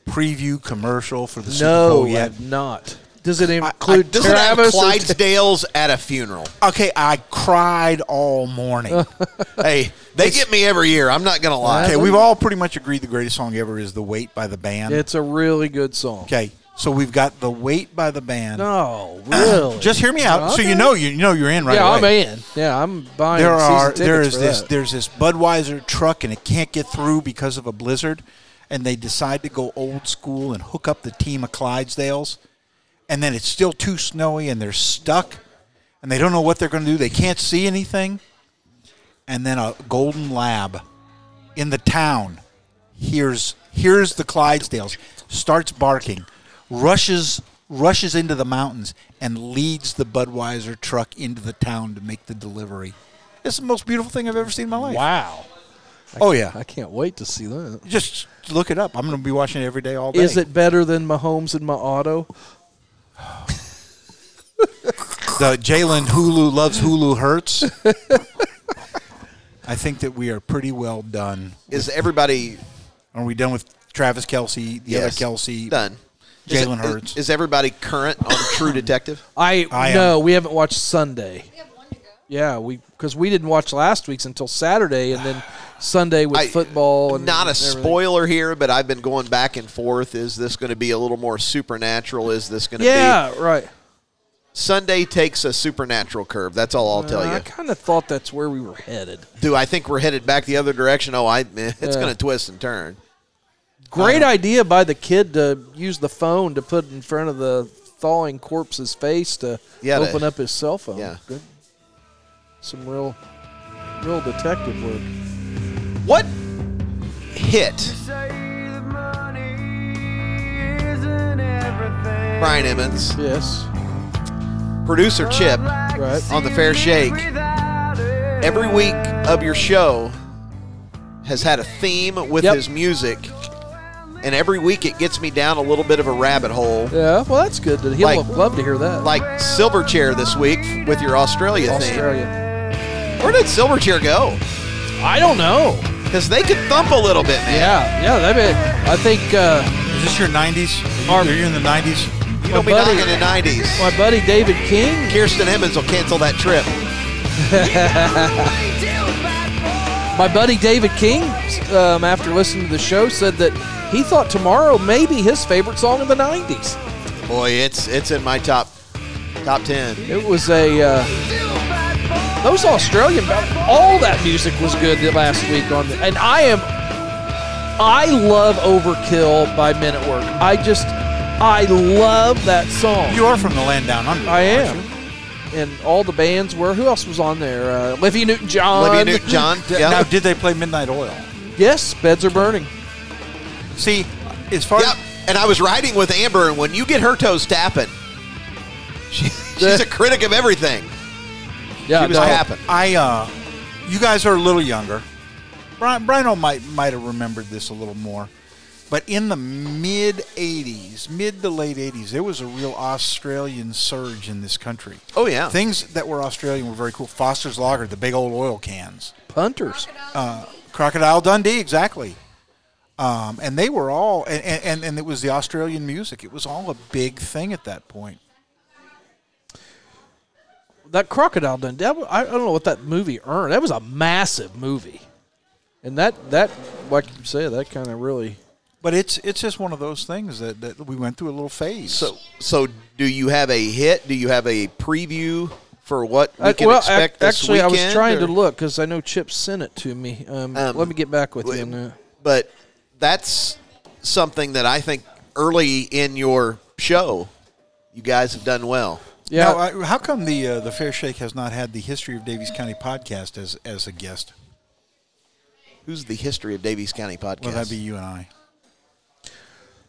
Speaker 4: preview commercial for the Super
Speaker 3: no,
Speaker 4: Bowl yet?
Speaker 3: I've not. Does it
Speaker 4: I-
Speaker 3: include
Speaker 2: Doesn't have
Speaker 3: Travis? or
Speaker 4: [LAUGHS]
Speaker 3: T-
Speaker 2: Clydesdales at a funeral.
Speaker 4: Okay, I cried all morning.
Speaker 3: [LAUGHS]
Speaker 2: Hey, they get me every year. I'm not going to lie.
Speaker 4: okay, we've all pretty much agreed the greatest song ever is "The Wait" by the band.
Speaker 3: it's a really good song.
Speaker 4: okay, so we've got "The Wait" by the band.
Speaker 3: No, really.
Speaker 4: Just hear me out, so
Speaker 3: Okay.
Speaker 4: you know you, you know you're in right
Speaker 3: yeah,
Speaker 4: away.
Speaker 3: I'm in. Yeah, I'm buying.
Speaker 4: there
Speaker 3: season
Speaker 4: are
Speaker 3: tickets
Speaker 4: there is
Speaker 3: for
Speaker 4: this
Speaker 3: that.
Speaker 4: there's this Budweiser truck and it can't get through because of a blizzard, and they decide to go old school and hook up the team of Clydesdales, and then it's still too snowy and they're stuck, and they don't know what they're going to do. They can't see anything, and then a golden lab in the town hears hears the Clydesdales, starts barking, rushes rushes into the mountains and leads the Budweiser truck into the town to make the delivery. It's the most beautiful thing I've ever seen in my life.
Speaker 3: wow.
Speaker 4: Oh yeah.
Speaker 3: I can't wait to see that.
Speaker 4: Just look it up. I'm going to be watching it every day all day.
Speaker 3: Is it better than Mahomes and my auto?
Speaker 4: the Jalen Hulu loves Hulu hurts? [LAUGHS] I think that we are pretty well done.
Speaker 2: Is everybody
Speaker 4: Are we done with Travis Kelsey, the other
Speaker 2: Yes.
Speaker 4: Kelsey,
Speaker 2: done? Is
Speaker 4: Jalen
Speaker 2: it- is-
Speaker 4: Hurts?
Speaker 2: Is, everybody current on
Speaker 3: [LAUGHS]
Speaker 2: True Detective?
Speaker 3: I,
Speaker 4: I am-
Speaker 3: no, we haven't watched Sunday.
Speaker 6: We have one to go.
Speaker 3: Yeah, we because we didn't watch last week's until Saturday, and then Sunday with
Speaker 2: I-
Speaker 3: football. And
Speaker 2: Not a
Speaker 3: everything.
Speaker 2: spoiler here, but I've been going back and forth. Is this going to be a little more supernatural? Is this going to be
Speaker 3: Yeah, right.
Speaker 2: Sunday takes a supernatural curve? That's all I'll tell
Speaker 3: Uh, I
Speaker 2: you.
Speaker 3: kind of thought that's where we were headed.
Speaker 2: Do I think we're headed back the other direction? Oh, I eh, it's
Speaker 3: Yeah.
Speaker 2: going to twist and turn.
Speaker 3: Great idea by the kid to use the phone to put in front of the thawing corpse's face to
Speaker 2: Yeah,
Speaker 3: open
Speaker 2: to-
Speaker 3: up his cell phone.
Speaker 2: yeah.
Speaker 3: Good. Some real, real detective work.
Speaker 2: What hit Brian Emmons,
Speaker 3: Yes.
Speaker 2: producer Chip
Speaker 3: Right.
Speaker 2: on the Fair Shake? Every week of your show has had a theme with
Speaker 3: Yep.
Speaker 2: his music, and every week it gets me down a little bit of a rabbit hole.
Speaker 3: Yeah. Well, that's good. He'll
Speaker 2: Like-
Speaker 3: love to hear that.
Speaker 2: Like Silverchair this week with your Australia,
Speaker 3: Australia.
Speaker 2: theme. Where did Silverchair go?
Speaker 3: I don't know.
Speaker 2: Because they could thump a little bit, man.
Speaker 3: Yeah. Yeah. That bit. I think uh,
Speaker 4: Is this your 90s? Are
Speaker 3: Our-
Speaker 4: you, are you in the 90s?
Speaker 3: My
Speaker 2: You don't be
Speaker 3: buddy-
Speaker 2: knocking the 90s.
Speaker 3: my buddy David King.
Speaker 2: Kirsten Emmons will cancel that trip.
Speaker 3: My buddy David King, um, after listening to the show, said that he thought tomorrow may be his favorite song of the '90s.
Speaker 2: Boy, it's it's in my top top ten.
Speaker 3: It was a uh, those Australian all that music was good that last week on the, and I am I love Overkill by Men at Work. I just I love that song.
Speaker 4: You are from the land down under.
Speaker 3: I
Speaker 4: aren't
Speaker 3: am.
Speaker 4: you?
Speaker 3: And all the bands were. Who else was on there? Uh, Livy Newton John.
Speaker 2: Olivia
Speaker 3: [LAUGHS]
Speaker 2: Newton John.
Speaker 4: D- Now, did they play Midnight Oil?
Speaker 3: Yes, Beds Are Burning.
Speaker 4: See, as far
Speaker 2: Yep. And I was riding with Amber, and when you get her toes tapping, she, [LAUGHS] she's a critic of everything.
Speaker 3: Yeah,
Speaker 2: She was
Speaker 3: no.
Speaker 2: tapping.
Speaker 4: I, uh, you guys are a little younger. Brian, Brian O might might have remembered this a little more, but in the mid '80s, mid to late '80s, there was a real Australian surge in this country.
Speaker 2: Oh yeah.
Speaker 4: Things that were Australian were very cool. Foster's Lager, the big old oil cans.
Speaker 3: Punters.
Speaker 4: Crocodile Dundee, exactly. Um, and they were all, and, and- and, and it was the Australian music. It was all a big thing at that point.
Speaker 3: That Crocodile Dundee. that wa- I I don't know what that movie earned. That was a massive movie. And that, that like you said, that kind of really.
Speaker 4: But it's it's just one of those things that, that we went through a little phase.
Speaker 2: So so do you have a hit? Do you have a preview for what we
Speaker 3: I-
Speaker 2: can
Speaker 3: well, ac-
Speaker 2: expect this
Speaker 3: actually, I was
Speaker 2: weekend,
Speaker 3: trying to
Speaker 2: or-
Speaker 3: look because I know Chip sent it to me. Um,
Speaker 2: Um,
Speaker 3: let me get back with you
Speaker 2: Wait,
Speaker 3: on that.
Speaker 2: But that's something that I think early in your show, you guys have done well.
Speaker 3: Yeah,
Speaker 4: Now, I, how come the uh, the Fair Shake has not had the History of Davies County podcast as as a guest?
Speaker 2: Who's the history of Davies County podcast?
Speaker 4: Well, that'd be you and I.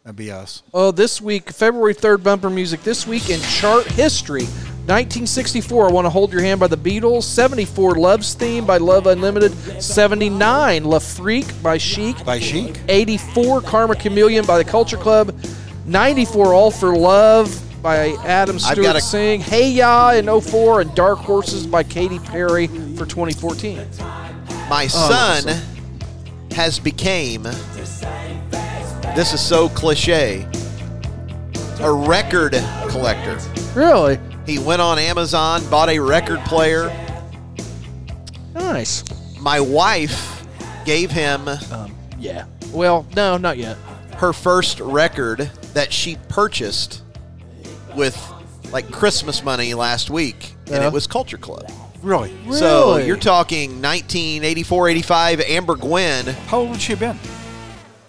Speaker 4: That'd be us.
Speaker 3: Oh, this week, February 3rd, bumper music. This week in chart history 1964, I Want to Hold Your Hand by the Beatles. 74, Love's Theme by Love Unlimited. 79, La Freak by Chic.
Speaker 4: By Chic.
Speaker 3: 84, Karma Chameleon by the Culture Club. 94, All for Love by Adam
Speaker 2: I've
Speaker 3: Stewart
Speaker 2: got a-
Speaker 3: Singh. Hey Ya in 04, and Dark Horses by Katy Perry for 2014.
Speaker 2: My
Speaker 3: Oh,
Speaker 2: son has became. This is so cliche. A record collector.
Speaker 3: Really?
Speaker 2: He went on Amazon, bought a record player.
Speaker 3: Nice.
Speaker 2: My wife gave him
Speaker 3: Yeah. Well, no, not yet.
Speaker 2: her first record that she purchased with like Christmas money last week, and
Speaker 3: Yeah.
Speaker 2: it was Culture Club.
Speaker 4: Really?
Speaker 2: So
Speaker 3: Really?
Speaker 2: you're talking 1984, 85. Amber Gwen,
Speaker 4: How old would she have been?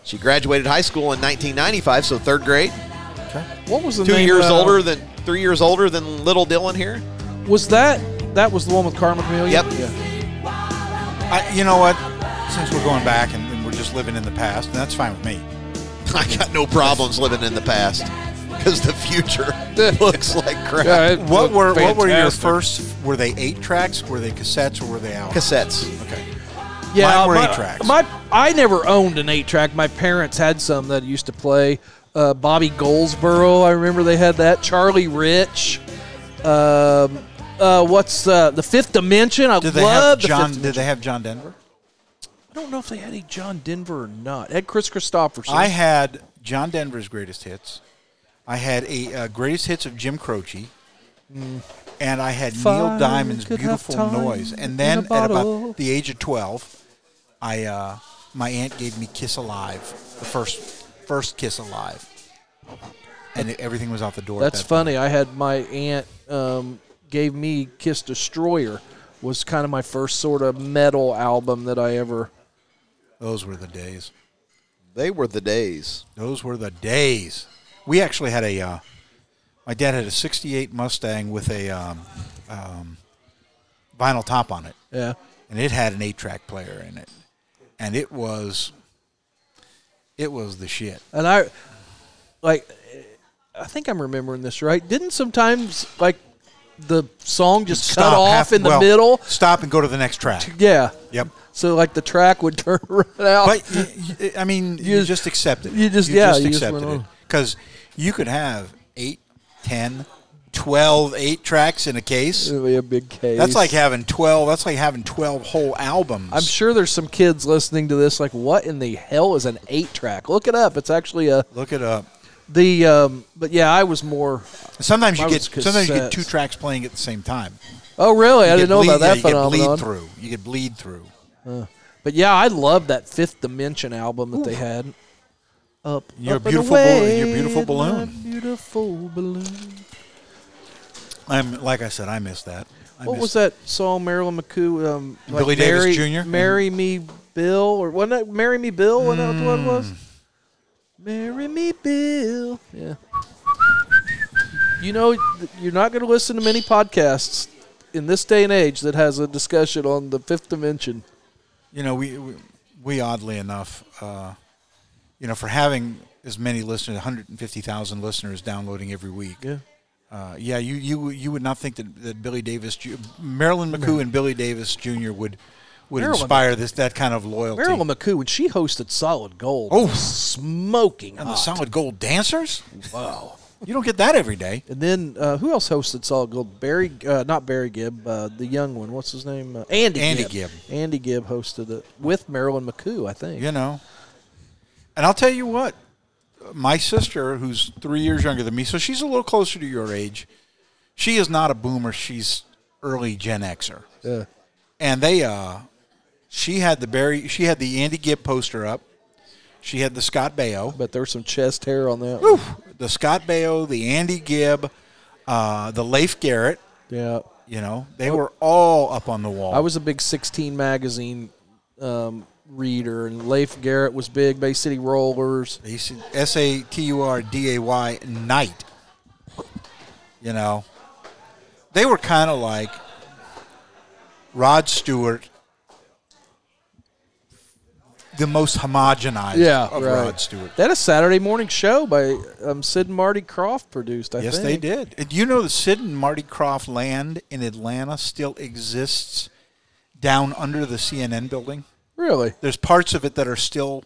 Speaker 2: she graduated high school in 1995, so third grade.
Speaker 3: What was the
Speaker 2: Two
Speaker 3: name,
Speaker 2: years
Speaker 3: uh,
Speaker 2: older than three years older than little Dylan here. [LAUGHS]
Speaker 3: Was that that was the one with Carmen Chameleon?
Speaker 2: Yep.
Speaker 3: Yeah.
Speaker 4: I, you know what? Since we're going back and, and we're just living in the past, and that's fine with me.
Speaker 2: I got no problems living in the past because the
Speaker 4: [LAUGHS]
Speaker 2: future looks like crap.
Speaker 4: What were what were your first? Were they eight tracks? Were they cassettes? Or were they albums?
Speaker 2: Cassettes.
Speaker 4: Okay.
Speaker 3: Yeah,
Speaker 4: Mine were
Speaker 3: my,
Speaker 4: eight tracks.
Speaker 3: My I never owned an eight track. My parents had some that used to play. Uh, Bobby Goldsboro, I remember they had that. Charlie Rich. Um, uh, what's uh, the Fifth Dimension? I
Speaker 4: Did they have
Speaker 3: love the
Speaker 4: John?
Speaker 3: Fifth
Speaker 4: Did they have John Denver?
Speaker 3: I don't know if they had a John Denver or not. They had Chris Christopherson.
Speaker 4: I had John Denver's greatest hits. I had a uh, greatest hits of Jim Croce, and I had Neil
Speaker 3: Fine,
Speaker 4: Diamond's
Speaker 3: could have
Speaker 4: beautiful
Speaker 3: time
Speaker 4: noise. And
Speaker 3: in
Speaker 4: then
Speaker 3: a
Speaker 4: at
Speaker 3: bottle.
Speaker 4: about the age of twelve, I uh, my aunt gave me Kiss Alive, the first first Kiss Alive, and it- everything was out the door. at
Speaker 3: That's
Speaker 4: that
Speaker 3: funny. I had my aunt um, gave me Kiss Destroyer was kind of my first sort of metal album that I ever
Speaker 4: Those were the days.
Speaker 2: They were the days.
Speaker 4: Those were the days. We actually had a. Uh, my dad had a '68 Mustang with a um, um, vinyl top on it,
Speaker 3: Yeah.
Speaker 4: and it had an eight-track player in it, and it was. It was the shit.
Speaker 3: And I, like, I think I'm remembering this right. Didn't sometimes like the song just cut off
Speaker 4: half-
Speaker 3: in the
Speaker 4: well,
Speaker 3: middle?
Speaker 4: Stop and go to the next track.
Speaker 3: Yeah.
Speaker 4: Yep.
Speaker 3: So like the track would [LAUGHS] turn right out.
Speaker 4: But y- y- I mean, you,
Speaker 3: You-
Speaker 4: just accept it.
Speaker 3: you just- yeah, you just
Speaker 4: accepted
Speaker 3: went
Speaker 4: it
Speaker 3: on.
Speaker 4: because you could have eight, 10, 12, eight tracks in a case.
Speaker 3: It'd be a big case.
Speaker 4: That's like having twelve. That's like having twelve whole albums.
Speaker 3: I'm sure there's some kids listening to this like, what in the hell is an eight track? Look it up. It's actually a
Speaker 4: Look it up.
Speaker 3: the um, but yeah, I was more.
Speaker 4: Sometimes you
Speaker 3: Mine
Speaker 4: get
Speaker 3: was
Speaker 4: sometimes you get
Speaker 3: cassettes.
Speaker 4: two tracks playing at the same time.
Speaker 3: Oh really? I
Speaker 4: You
Speaker 3: didn't
Speaker 4: get
Speaker 3: know
Speaker 4: bleed-
Speaker 3: about
Speaker 4: yeah,
Speaker 3: that
Speaker 4: you
Speaker 3: phenomenon.
Speaker 4: Get bleed through. You get bleed through.
Speaker 3: But yeah, I love that Fifth Dimension album that they had. Up,
Speaker 4: Your
Speaker 3: up
Speaker 4: beautiful bal-
Speaker 3: and away,
Speaker 4: your beautiful
Speaker 3: my
Speaker 4: balloon.
Speaker 3: beautiful balloon.
Speaker 4: I'm like I said, I miss that. I
Speaker 3: what
Speaker 4: miss
Speaker 3: was that song Marilyn McCoo? Um, like
Speaker 4: Billy Davis Mm-hmm.
Speaker 3: Marry-
Speaker 4: Jr.?
Speaker 3: Marry Me Bill, or wasn't that Marry Me Bill? Wasn't that
Speaker 4: Mm.
Speaker 3: what it was? Marry Me Bill. Yeah. You know, th- you're not going to listen to many podcasts in this day and age that has a discussion on the fifth dimension.
Speaker 4: you know, we we, we oddly enough, uh, you know, for having as many listeners, 150,000 listeners downloading every week.
Speaker 3: Yeah.
Speaker 4: Uh, yeah, you, you you would not think that, that Billy Davis, Ju- Marilyn McCoo, and Billy Davis Jr. would would
Speaker 3: Marilyn-
Speaker 4: inspire this that kind of loyalty.
Speaker 3: Marilyn McCoo, when she hosted Solid Gold,
Speaker 4: Oh.
Speaker 3: was smoking
Speaker 4: and the
Speaker 3: hot.
Speaker 4: Solid Gold Dancers.
Speaker 3: wow.
Speaker 4: You don't get that every day.
Speaker 3: And then uh, who else hosted Solid Gold? Barry, uh, not Barry Gibb, uh, the young one. What's his name? Uh, Andy.
Speaker 4: Andy Gibb.
Speaker 3: Gibb. Andy Gibb hosted it with Marilyn McCoo, I think.
Speaker 4: You know. And I'll tell you what, my sister, who's three years younger than me, so she's a little closer to your age. She is not a boomer. She's early Gen Xer.
Speaker 3: Yeah.
Speaker 4: and they uh she had the Barry she had the Andy Gibb poster up. She had the Scott Baio.
Speaker 3: But there was some chest hair on that. one.
Speaker 4: The Scott Baio, the Andy Gibb, uh, the Leif Garrett,
Speaker 3: Yeah.
Speaker 4: you know, they were all up on the wall.
Speaker 3: I was a big 16 magazine um, reader, and Leif Garrett was big. Bay City Rollers.
Speaker 4: S A T U R D A Y night. You know. They were kind of like Rod Stewart the most homogenized
Speaker 3: Yeah,
Speaker 4: of
Speaker 3: right.
Speaker 4: Rod Stewart.
Speaker 3: That a Saturday morning show by um, Sid and Marty Croft produced. I
Speaker 4: yes,
Speaker 3: think.
Speaker 4: they did. And you know the Sid and Marty Croft land in Atlanta still exists down under the CNN building?
Speaker 3: Really?
Speaker 4: There's parts of it that are still,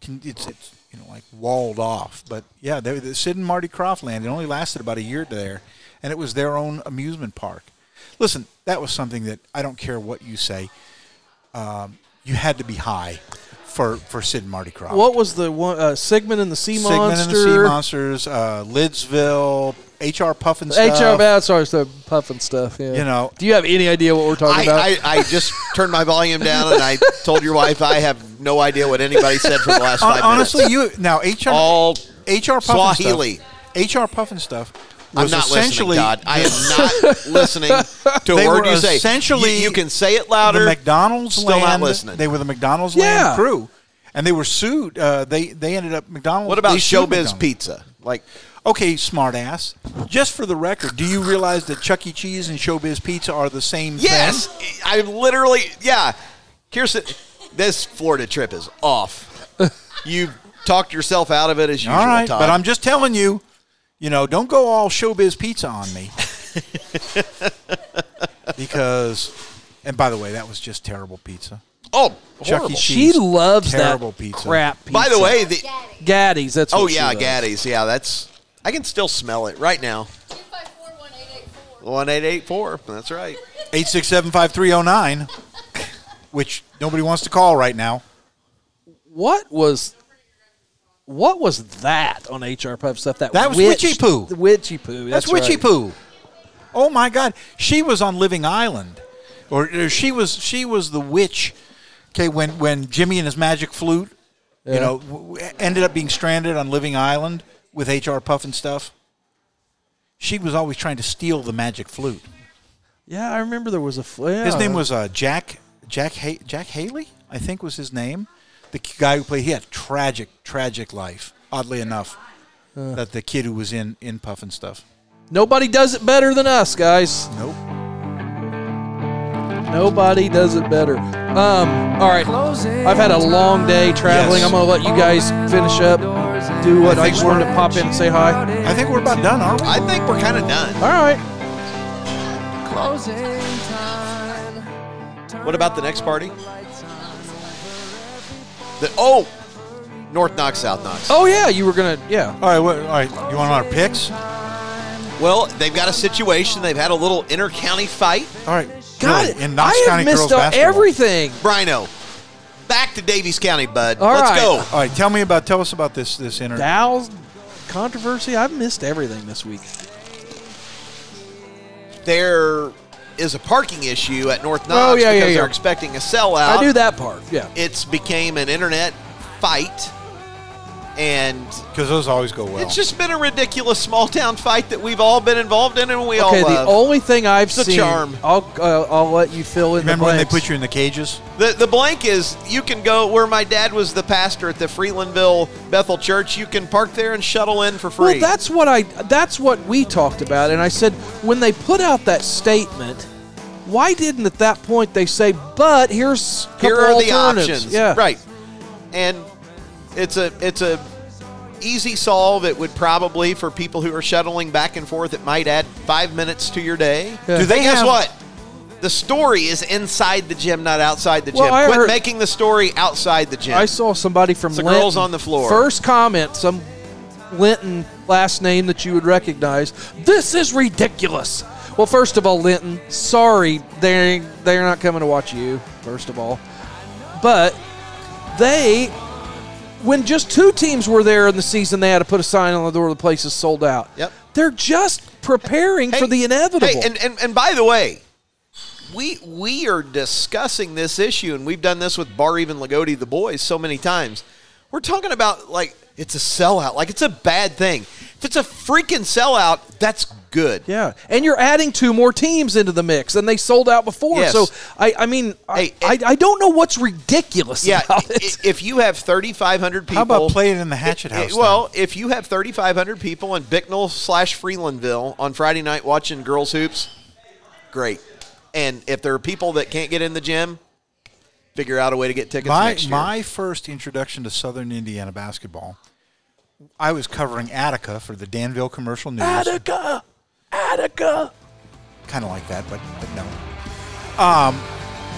Speaker 4: can- it's, it's you know, like walled off. But yeah, they, the Sid and Marty Croft land, it only lasted about a year there, and it was their own amusement park. Listen, that was something that I don't care what you say. Um, you had to be high for, for Sid and Marty Croft.
Speaker 3: What was the one? Uh, Sigmund and the Sea
Speaker 4: Sigmund and
Speaker 3: Monster.
Speaker 4: the Sea Monsters, uh, Lidsville, HR Puffin stuff.
Speaker 3: HR bad sorry, so puffing stuff. Yeah.
Speaker 4: You know.
Speaker 3: do you have any idea what we're talking about?
Speaker 2: I, I, I
Speaker 4: [LAUGHS]
Speaker 2: just turned my volume down and I told your wife I have no idea what anybody said for the last
Speaker 4: Hon-
Speaker 2: five
Speaker 4: honestly,
Speaker 2: minutes.
Speaker 4: you now HR
Speaker 2: all
Speaker 4: HR Puffin
Speaker 2: Swahili.
Speaker 4: stuff. HR Puffin stuff.
Speaker 2: I'm
Speaker 4: was
Speaker 2: not listening,
Speaker 4: essentially
Speaker 2: Todd. I am
Speaker 4: [LAUGHS]
Speaker 2: not listening to a
Speaker 4: They
Speaker 2: word
Speaker 4: were
Speaker 2: you say.
Speaker 4: essentially
Speaker 2: you, you can say it
Speaker 4: the
Speaker 2: louder.
Speaker 4: McDonald's
Speaker 2: Still not
Speaker 4: land-
Speaker 2: listening.
Speaker 4: They were the McDonald's
Speaker 3: Yeah.
Speaker 4: land crew, and they were sued. Uh, they they ended up McDonald's.
Speaker 2: what about
Speaker 4: they sued
Speaker 2: Showbiz
Speaker 4: McDonald's.
Speaker 2: Pizza? Like,
Speaker 4: Okay, smartass. Just for the record, do you realize that Chuck E. Cheese and Showbiz Pizza are the same
Speaker 2: yes,
Speaker 4: thing?
Speaker 2: I literally, yeah. Kirsten, this Florida trip is
Speaker 4: [LAUGHS]
Speaker 2: off. You've talked yourself out of it as usual,
Speaker 4: All right,
Speaker 2: Todd.
Speaker 4: but I'm just telling you, you know, don't go all showbiz pizza
Speaker 2: [LAUGHS]
Speaker 4: on me. because, and by the way, that was just terrible pizza.
Speaker 2: oh,
Speaker 4: Chuck E.
Speaker 2: horrible.
Speaker 3: she
Speaker 4: Cheese,
Speaker 3: loves
Speaker 4: terrible
Speaker 3: that
Speaker 4: pizza.
Speaker 3: crap. Pizza.
Speaker 2: By the way, the,
Speaker 6: Daddy.
Speaker 3: Gaddies. That's
Speaker 2: oh
Speaker 3: what she
Speaker 2: yeah,
Speaker 3: loves.
Speaker 2: Gaddies. Yeah, that's. I can still smell it right now.
Speaker 6: 254
Speaker 2: One eight eight four. That's right.
Speaker 4: Eight six seven five three zero nine, which nobody wants to call right now.
Speaker 3: What was what was that on HR Puff stuff? That
Speaker 4: That was
Speaker 3: witch-
Speaker 4: witchy poo.
Speaker 3: The witchy poo.
Speaker 4: That's,
Speaker 3: That's,
Speaker 4: witchy
Speaker 3: right.
Speaker 4: poo. Oh my God, she was on Living Island, or, or she was she was the witch. Okay, when when Jimmy and his magic flute, you know, w- w- ended up being stranded on Living Island with H.R. Puff and stuff. She was always trying to steal the magic flute.
Speaker 3: Yeah, I remember there was a. fl- Yeah.
Speaker 4: His name was uh, Jack Jack ha- Jack Haley, I think was his name. the guy who played, he had a tragic, tragic life. Oddly enough, that the kid who was in in Puff and stuff.
Speaker 3: Nobody does it better than us, guys.
Speaker 4: Nope.
Speaker 3: Nobody does it better. Um, all right. I've had a long day traveling.
Speaker 4: Yes.
Speaker 3: I'm going to let you guys finish up, do what
Speaker 4: I
Speaker 3: I,
Speaker 4: think
Speaker 3: just wanted
Speaker 4: we're-
Speaker 3: to pop in and say hi.
Speaker 4: I think we're about done, aren't we?
Speaker 2: I think we're kind of done.
Speaker 3: All right.
Speaker 2: What about the next party? The oh, North Knox, South Knox.
Speaker 3: Oh, yeah. You were going to, yeah.
Speaker 4: All right. What, all right. You want our picks? All
Speaker 2: Well, they've got a situation. They've had a little inter-county fight.
Speaker 4: right.
Speaker 3: God,
Speaker 4: Really, in Knox
Speaker 3: I have
Speaker 4: County girls
Speaker 3: missed out
Speaker 4: basketball.
Speaker 3: everything.
Speaker 2: Brino, back to Davies County, bud.
Speaker 3: All
Speaker 2: Let's
Speaker 3: right.
Speaker 2: go.
Speaker 4: All right. Tell me about. Tell us about this this inter.
Speaker 3: Dow's controversy. I've missed everything this week.
Speaker 2: There is a parking issue at North Knox
Speaker 3: Oh, yeah, yeah,
Speaker 2: because
Speaker 3: yeah.
Speaker 2: they're expecting a sellout.
Speaker 4: Uh,
Speaker 3: I do that part. Yeah.
Speaker 2: It's became an internet fight, and
Speaker 4: Because those always go well.
Speaker 2: it's just been a ridiculous small town fight that we've all been involved in, and we
Speaker 3: Okay,
Speaker 2: all
Speaker 3: the
Speaker 2: love.
Speaker 3: only thing I've
Speaker 2: a
Speaker 3: seen.
Speaker 2: charm.
Speaker 3: I'll, uh, I'll let you fill in
Speaker 4: Remember
Speaker 3: the
Speaker 4: when they
Speaker 3: blanks.
Speaker 4: put you in the cages?
Speaker 2: The, the blank is you can go where my dad was the pastor at the Freelandville Bethel Church. You can park there and shuttle in for free.
Speaker 3: Well, that's what I that's what we talked about and I said when they put out that statement, why didn't at that point they say, "But here's a couple
Speaker 2: Here are the
Speaker 3: alternatives."
Speaker 2: options.
Speaker 3: Yeah.
Speaker 2: Right. And it's a it's a easy solve. It would probably for people who are shuttling back and forth. It might add five minutes to your day.
Speaker 3: Yeah.
Speaker 4: Do they
Speaker 2: And guess
Speaker 4: have-
Speaker 2: what? The story is inside the gym, not outside the gym.
Speaker 3: Well, I
Speaker 2: Quit
Speaker 3: heard-
Speaker 2: making the story outside the gym.
Speaker 3: I saw somebody from
Speaker 2: It's the
Speaker 3: Linton.
Speaker 2: girls on the floor.
Speaker 3: First comment, some Linton last name that you would recognize. This is ridiculous. Well, first of all, Linton, sorry they they're not coming to watch you. First of all, but they when just two teams were there in the season, they had to put a sign on the door. The place is sold out.
Speaker 2: Yep.
Speaker 3: They're just preparing
Speaker 2: Hey,
Speaker 3: for the inevitable.
Speaker 2: Hey, and, and, and by the way, we we are discussing this issue, and we've done this with Bar Even Lagodi the boys so many times. We're talking about like it's a sellout, like it's a bad thing. If it's a freaking sellout, that's good.
Speaker 3: yeah, and you're adding two more teams into the mix, and they sold out before.
Speaker 2: Yes.
Speaker 3: So I, I mean, I-
Speaker 2: Hey,
Speaker 3: I,
Speaker 2: it-
Speaker 3: I, don't know what's ridiculous
Speaker 2: Yeah, i-
Speaker 3: about it.
Speaker 2: if you have 3,500 people.
Speaker 4: How about play it in the Hatchet
Speaker 2: i- i-
Speaker 4: House? then?
Speaker 2: well, if you have 3,500 people in Bicknell slash Freelandville on Friday night watching girls hoops, great. And if there are people that can't get in the gym, figure out a way to get tickets
Speaker 4: my
Speaker 2: next year.
Speaker 4: my first introduction to Southern Indiana basketball, I was covering Attica for the Danville Commercial News.
Speaker 3: Attica, Attica.
Speaker 4: kind of like that, but, but no. Um,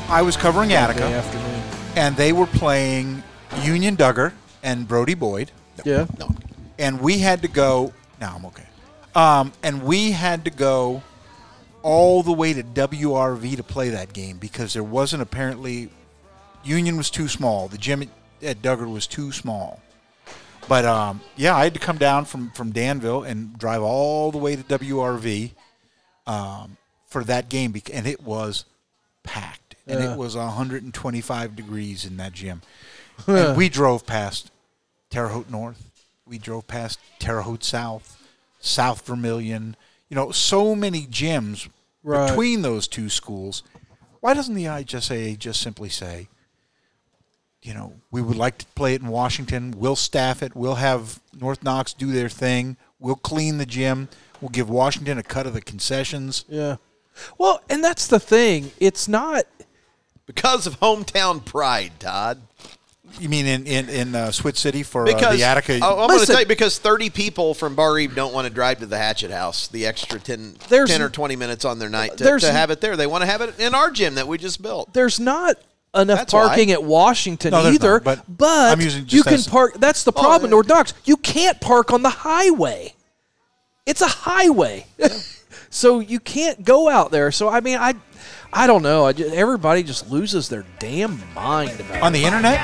Speaker 4: I was covering Attica,
Speaker 3: afternoon.
Speaker 4: and they were playing Union Duggar and Brody Boyd,
Speaker 3: Yeah.
Speaker 2: No.
Speaker 4: and we had to go. Now I'm okay. Um, and we had to go all the way to WRV to play that game because there wasn't apparently Union was too small. The gym at, at Duggar was too small. But um, yeah, I had to come down from from Danville and drive all the way to WRV um, for that game, bec- and it was packed, and it was 125 degrees in that gym. and we drove past Terre Haute North, we drove past Terre Haute South, South Vermillion. You know, so many gyms
Speaker 3: Right.
Speaker 4: between those two schools. Why doesn't the IHSAA just simply say, you know, we would like to play it in Washington. We'll staff it. We'll have North Knox do their thing. We'll clean the gym. We'll give Washington a cut of the concessions.
Speaker 3: Yeah. Well, and that's the thing. It's not.
Speaker 2: Because of hometown pride, Todd.
Speaker 4: You mean in in, in uh, Swit City for uh,
Speaker 2: Because
Speaker 4: the Attica?
Speaker 2: Oh, I'm going to
Speaker 3: Listen.
Speaker 2: tell you because 30 people from Bar Eve don't want to drive to the Hatchet House. The extra 10,
Speaker 3: There's-
Speaker 2: 10 or 20 minutes on their night to,
Speaker 3: There's-
Speaker 2: to have it there. They want to have it in our gym that we just built.
Speaker 3: There's not enough
Speaker 2: That's
Speaker 3: parking
Speaker 2: why.
Speaker 3: at Washington
Speaker 4: No, there's
Speaker 3: either.
Speaker 4: not, but I'm using
Speaker 3: you
Speaker 4: just
Speaker 3: can
Speaker 4: as-
Speaker 3: park. That's the problem in
Speaker 2: yeah.
Speaker 3: North Knox. You can't park on the highway. It's a highway, [LAUGHS] so you can't go out there. So I mean, I, I don't know. I just, everybody just loses their damn mind
Speaker 2: oh.
Speaker 3: about.
Speaker 4: on the internet?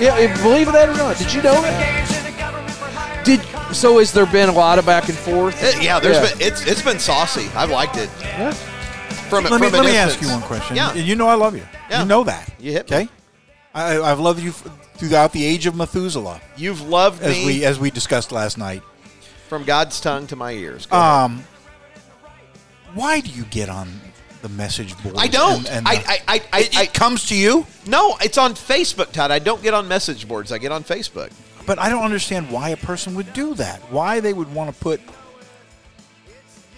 Speaker 3: it. Yeah, eh, believe it or not, did you know that? Did so? Has there been a lot of back and forth?
Speaker 2: It- Eh, yeah, there's
Speaker 3: Yeah.
Speaker 2: been it's it's been saucy. I've liked it.
Speaker 3: Yeah.
Speaker 2: From
Speaker 4: Let me
Speaker 2: from
Speaker 4: let
Speaker 2: an
Speaker 4: me ask you
Speaker 2: instance.
Speaker 4: one question.
Speaker 2: Yeah.
Speaker 4: You know I love you.
Speaker 2: Yeah.
Speaker 4: You know that.
Speaker 2: You hit me.
Speaker 4: okay. I, I've loved you f- throughout the age of Methuselah,
Speaker 2: You've loved
Speaker 4: as
Speaker 2: me
Speaker 4: we as we discussed last night. Ah.
Speaker 2: from God's tongue to my ears. Go ahead.
Speaker 4: Um, why do you get on the message board.
Speaker 2: I don't. I,
Speaker 4: the-
Speaker 2: I, I, I,
Speaker 4: it, it comes to you,
Speaker 2: no, it's on Facebook, Todd. I don't get on message boards. I get on Facebook.
Speaker 4: but I don't understand why a person would do that. Why they would want to put.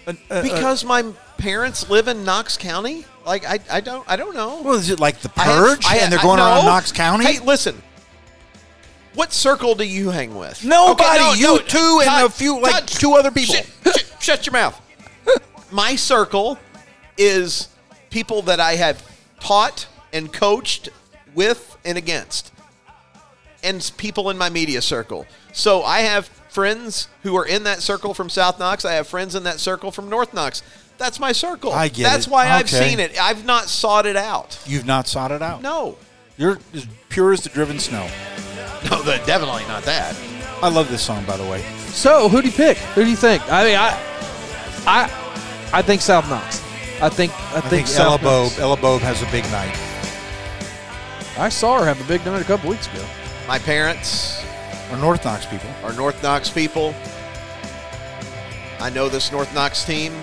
Speaker 4: an- a- a-
Speaker 2: Because my parents live in Knox County. Like I, I don't, I don't know.
Speaker 4: well, is it like the
Speaker 2: I have-
Speaker 4: purge,
Speaker 2: I-
Speaker 4: and they're
Speaker 2: I-
Speaker 4: going around
Speaker 2: no.
Speaker 4: Knox County?
Speaker 2: Hey, listen. What circle do you hang with?
Speaker 4: Nobody.
Speaker 2: Okay, no,
Speaker 4: you
Speaker 2: no,
Speaker 4: two and
Speaker 2: Todd,
Speaker 4: a few, like
Speaker 2: Todd,
Speaker 4: two other people.
Speaker 2: Shut, shut- shut your
Speaker 4: [LAUGHS]
Speaker 2: mouth. My circle is people that I have taught and coached with and against, and s- people in my media circle. So I have friends who are in that circle from South Knox. I have friends in that circle from North Knox. That's my circle.
Speaker 4: I get
Speaker 2: That's
Speaker 4: it.
Speaker 2: why I've
Speaker 4: Okay.
Speaker 2: seen it. I've not sought it out.
Speaker 4: You've not sought it out.
Speaker 2: No.
Speaker 4: You're as pure as the driven snow.
Speaker 2: No, that- definitely not that.
Speaker 4: I love this song, by the way.
Speaker 3: So, who do you pick? Who do you think? I mean, I, I, I think South Knox. I think I
Speaker 4: I
Speaker 3: think,
Speaker 4: think,
Speaker 3: South
Speaker 4: Ella Bobe,
Speaker 3: Knox.
Speaker 4: Ella Bobe has a big night.
Speaker 3: I saw her have a big night a couple weeks ago.
Speaker 2: My parents
Speaker 4: Or North Knox people.
Speaker 2: are North Knox people. I know this North Knox team.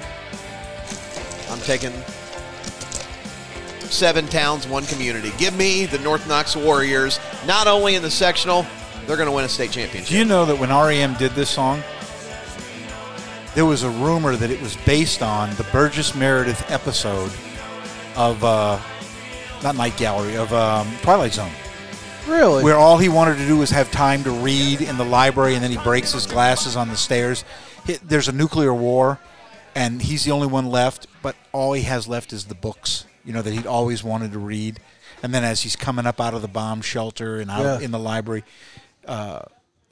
Speaker 2: I'm taking seven towns, one community. Give me the North Knox Warriors, not only in the sectional, they're going to win a state
Speaker 4: Do
Speaker 2: championship.
Speaker 4: you know that when REM did this song, there was a rumor that it was based on the Burgess Meredith episode of, uh, not Night Gallery, of um, Twilight Zone,
Speaker 3: Really?
Speaker 4: where all he wanted to do was have time to read in the library and then he breaks his glasses on the stairs. He- There's a nuclear war and he's the only one left, but all he has left is the books, you know, that he'd always wanted to read. And then as he's coming up out of the bomb shelter and out
Speaker 3: Yeah.
Speaker 4: in the library, uh,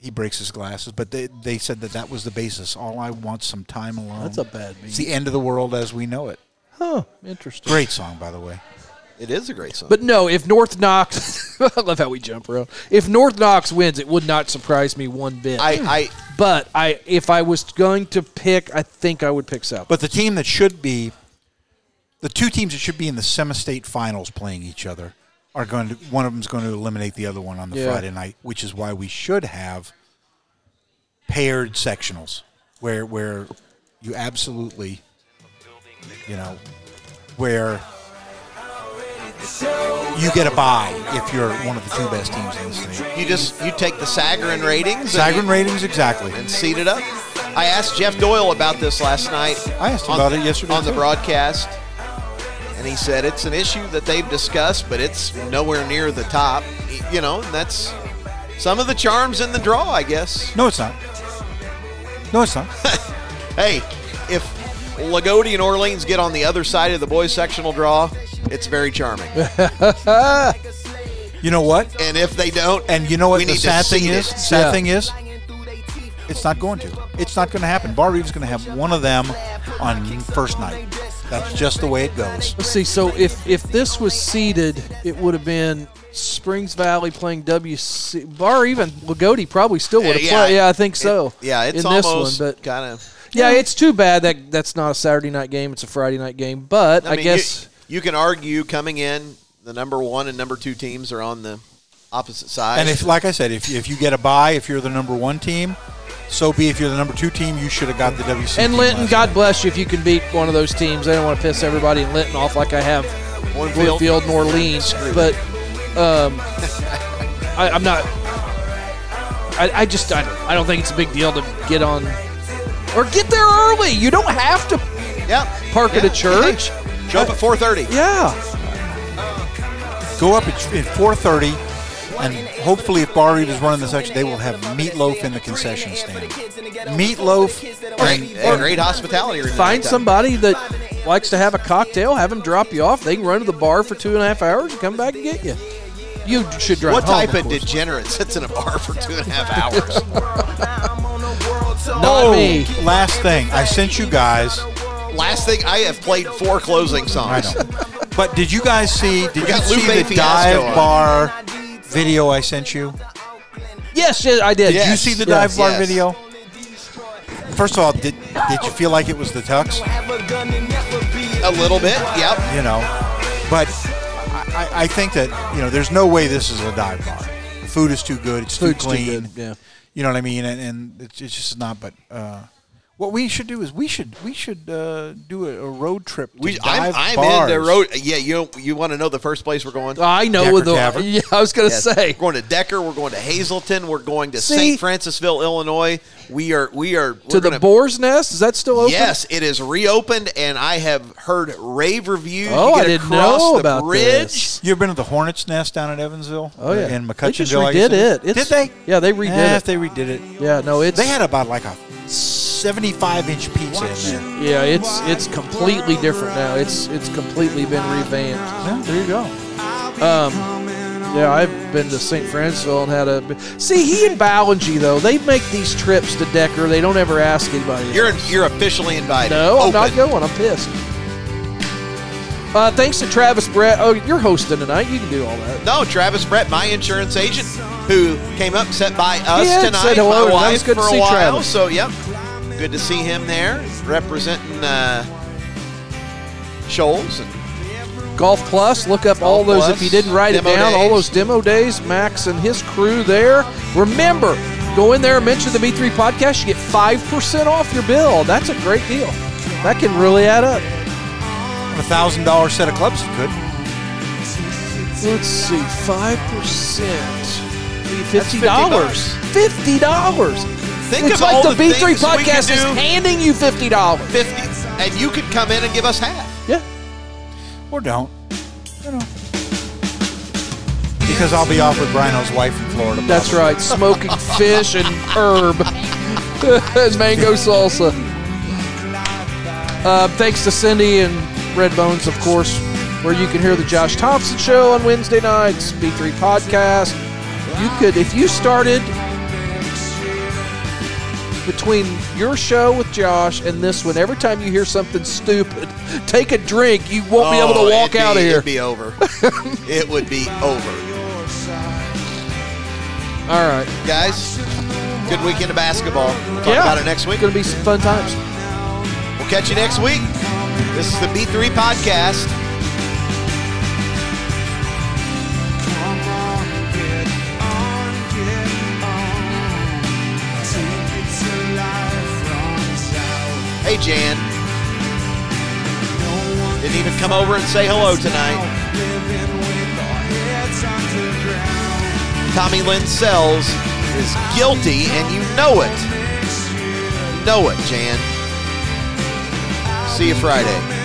Speaker 4: he breaks his glasses, but they, they said that that was the basis. All I want some time alone.
Speaker 3: That's a bad beat.
Speaker 4: It's the end of the world as we know it.
Speaker 3: huh? Interesting.
Speaker 4: Great song, by the way.
Speaker 2: It is a great song.
Speaker 3: But no, if North Knox, [LAUGHS] I love how we jump around. If North Knox wins, it would not surprise me one bit.
Speaker 2: I,
Speaker 3: but I, if I was going to pick, I think I would pick South.
Speaker 4: But the team that should be, the two teams that should be in the semi-state finals playing each other are going to. One of them's going to eliminate the other one on the
Speaker 3: Yeah.
Speaker 4: Friday night, which is why we should have paired sectionals where where you absolutely, you know, where you get a bye if you're one of the two best teams in the state.
Speaker 2: I you just you take the Sagarin ratings and you-
Speaker 4: Sagarin ratings exactly.
Speaker 2: and seat it up. I asked Jeff Doyle about this last night.
Speaker 4: I asked him
Speaker 2: on-
Speaker 4: about it yesterday,
Speaker 2: on the
Speaker 4: too.
Speaker 2: broadcast, and he said it's an issue that they've discussed, but it's nowhere near the top. You know, and that's some of the charms in the draw, I guess.
Speaker 4: No, it's not. No, it's not.
Speaker 2: Hey, if Lagodi and Orleans get on the other side of the boys' sectional draw, it's very charming.
Speaker 4: You know what?
Speaker 2: and if they don't,
Speaker 4: And you know what
Speaker 2: we
Speaker 4: the
Speaker 2: need to
Speaker 4: sad thing
Speaker 2: seed
Speaker 4: is?
Speaker 2: it.
Speaker 4: Sad
Speaker 3: Yeah.
Speaker 4: thing is, it's not going to. It's not going to happen. Bar Reeves is going to have one of them on first night. That's just the way it goes.
Speaker 3: Let's see. So if if this was seeded, it would have been Springs Valley playing WC, bar even Lagodi probably still would have
Speaker 2: Yeah,
Speaker 3: played.
Speaker 2: it-
Speaker 3: Yeah, I think
Speaker 2: it-
Speaker 3: so.
Speaker 2: yeah, it's
Speaker 3: in this
Speaker 2: almost
Speaker 3: one, but
Speaker 2: kind of.
Speaker 3: yeah, it's too bad that that's not a Saturday night game. It's a Friday night game. But I,
Speaker 2: mean, you-
Speaker 3: guess
Speaker 2: you, can argue coming in, the number one and number two teams are on the opposite side.
Speaker 4: And if, like I said, if, if you get a bye, if you're the number one team, so be. If you're the number two team, you should have got the WC.
Speaker 3: and
Speaker 4: team
Speaker 3: Linton,
Speaker 4: last
Speaker 3: God
Speaker 4: night.
Speaker 3: bless you if you can beat one of those teams. I don't want to piss everybody in Linton off like I have
Speaker 2: Bloomfield.
Speaker 3: Bloomfield and Orleans, but um, [LAUGHS] I, I'm not. I, I just I don't, I don't think it's a big deal to get on or get there early. You don't have to
Speaker 2: yeah,
Speaker 3: park at a
Speaker 2: Yeah.
Speaker 3: church.
Speaker 2: [LAUGHS] Show up at four thirty.
Speaker 3: Yeah,
Speaker 4: Go up at, at 4:30, and hopefully, if Bar Reeves is running the section, they will have meatloaf in the concession stand. Meatloaf.
Speaker 2: Great,
Speaker 4: and- and-
Speaker 2: great hospitality. during the
Speaker 3: find
Speaker 2: nighttime.
Speaker 3: somebody that likes to have a cocktail. Have them drop you off. They can run to the bar for two and a half hours and come back and get you. You should drive.
Speaker 2: What
Speaker 3: home,
Speaker 2: type of,
Speaker 3: course.
Speaker 2: degenerate sits in a bar for two and a half hours?
Speaker 3: Not me.
Speaker 4: Last thing, I sent you guys.
Speaker 2: Last thing, I have played four closing
Speaker 4: I
Speaker 2: songs.
Speaker 4: know.
Speaker 2: [LAUGHS]
Speaker 4: But did you guys see? Did you
Speaker 2: got
Speaker 4: see
Speaker 2: Lupe
Speaker 4: the
Speaker 2: Fiasco on.
Speaker 4: dive bar video I sent you?
Speaker 3: Yes, yes, I did.
Speaker 2: Yes.
Speaker 4: Did you see the
Speaker 2: Yes,
Speaker 4: dive bar
Speaker 2: yes.
Speaker 4: video? First of all, did did you feel like it was the tux?
Speaker 2: A little bit, yep.
Speaker 4: You know, but I, I- I think that you know, there's no way this is a dive bar. The food is too good. It's
Speaker 3: Food's too
Speaker 4: too clean.
Speaker 3: good, yeah.
Speaker 4: You know what I mean? And, and it's, it's just not. But uh, What we should do is we should we should uh, do a, a road trip. To
Speaker 2: We, I'm,
Speaker 4: dive
Speaker 2: I'm
Speaker 4: bars.
Speaker 2: in the road. Yeah, you you want to know the first place we're going?
Speaker 3: I know with the.
Speaker 4: Decker Tavern.
Speaker 3: [LAUGHS] Yeah, I was gonna
Speaker 2: Yes.
Speaker 3: say.
Speaker 2: We're going to Decker. We're going to Hazleton. We're going to
Speaker 4: See?
Speaker 2: St. Francisville, Illinois. We are we are
Speaker 3: To the Boar's Nest is that still open?
Speaker 2: Yes, it is reopened, and I have heard rave reviews.
Speaker 3: Oh,
Speaker 2: You
Speaker 3: I
Speaker 2: get
Speaker 3: didn't
Speaker 2: across
Speaker 3: know
Speaker 2: the
Speaker 3: about
Speaker 2: bridge.
Speaker 3: this.
Speaker 4: You've been to the Hornet's Nest down at Evansville?
Speaker 3: Oh yeah,
Speaker 4: in McCutcheon.
Speaker 3: they just redid it.
Speaker 4: Did
Speaker 3: It's-
Speaker 4: they?
Speaker 3: Yeah, they redid
Speaker 4: Eh,
Speaker 3: it.
Speaker 4: If they redid it,
Speaker 3: yeah, no, it's
Speaker 4: they had about like a seventy-five inch pizza in there.
Speaker 3: Yeah, it's it's completely different now. It's it's completely been revamped.
Speaker 4: Yeah, there you go.
Speaker 3: Um, yeah, I've been to St. Francisville and had a. See, he and Ballingy though they make these trips to Decker. They don't ever ask anybody.
Speaker 2: You're you're officially invited.
Speaker 3: no, I'm not
Speaker 2: Open.
Speaker 3: going. I'm pissed. Uh, thanks to Travis Brett. Oh, you're hosting tonight. You can do all that.
Speaker 2: No, Travis Brett, my insurance agent, who came up, sat by us
Speaker 3: Yeah,
Speaker 2: tonight.
Speaker 3: said hello,
Speaker 2: my
Speaker 3: and that
Speaker 2: wife
Speaker 3: was good to
Speaker 2: for a
Speaker 3: see
Speaker 2: while.
Speaker 3: Travis.
Speaker 2: So, yep, good to see him there representing uh, Shoals. And
Speaker 3: Golf Plus. Look up all those.
Speaker 2: Plus,
Speaker 3: if you didn't write it
Speaker 2: demo
Speaker 3: down, all
Speaker 2: days.
Speaker 3: those demo days. Max and his crew there. Remember, go in there and mention the B3 podcast. You get five percent off your bill. That's a great deal. That can really add up.
Speaker 4: A thousand dollar set of clubs, you could.
Speaker 3: Let's see, five percent.
Speaker 2: That's
Speaker 3: Fifty dollars. Fifty dollars.
Speaker 2: Think
Speaker 3: it's
Speaker 2: of all
Speaker 3: like the
Speaker 2: the
Speaker 3: B3
Speaker 2: things we can
Speaker 3: podcast is
Speaker 2: do.
Speaker 3: handing you fifty dollars.
Speaker 2: 50, and you could come in and give us half.
Speaker 3: Yeah.
Speaker 4: Or don't. You know. Because I'll be off with Brino's wife in Florida.
Speaker 3: That's
Speaker 4: probably.
Speaker 3: right. Smoking fish and herb [LAUGHS] and mango salsa. Uh, thanks to Cindy and Red Bones, of course, where you can hear the Josh Thompson show on Wednesday nights, B3 podcast. You could, if you started between your show with Josh and this one, every time you hear something stupid, [LAUGHS] take a drink. You won't be able
Speaker 2: Oh,
Speaker 3: to walk
Speaker 2: it'd
Speaker 3: out
Speaker 2: be-
Speaker 3: of here.
Speaker 2: It'd
Speaker 3: [LAUGHS]
Speaker 2: be over. it would be over.
Speaker 3: All right.
Speaker 2: Guys, good weekend of basketball. Talk about it next week.
Speaker 3: It's going to be some fun times.
Speaker 2: We'll catch you next week. This is the B3 Podcast. Hey, Jan. Didn't even come over and say hello tonight. Tommy Lynn Sells is guilty, and you know it. Know it, Jan. See you Friday.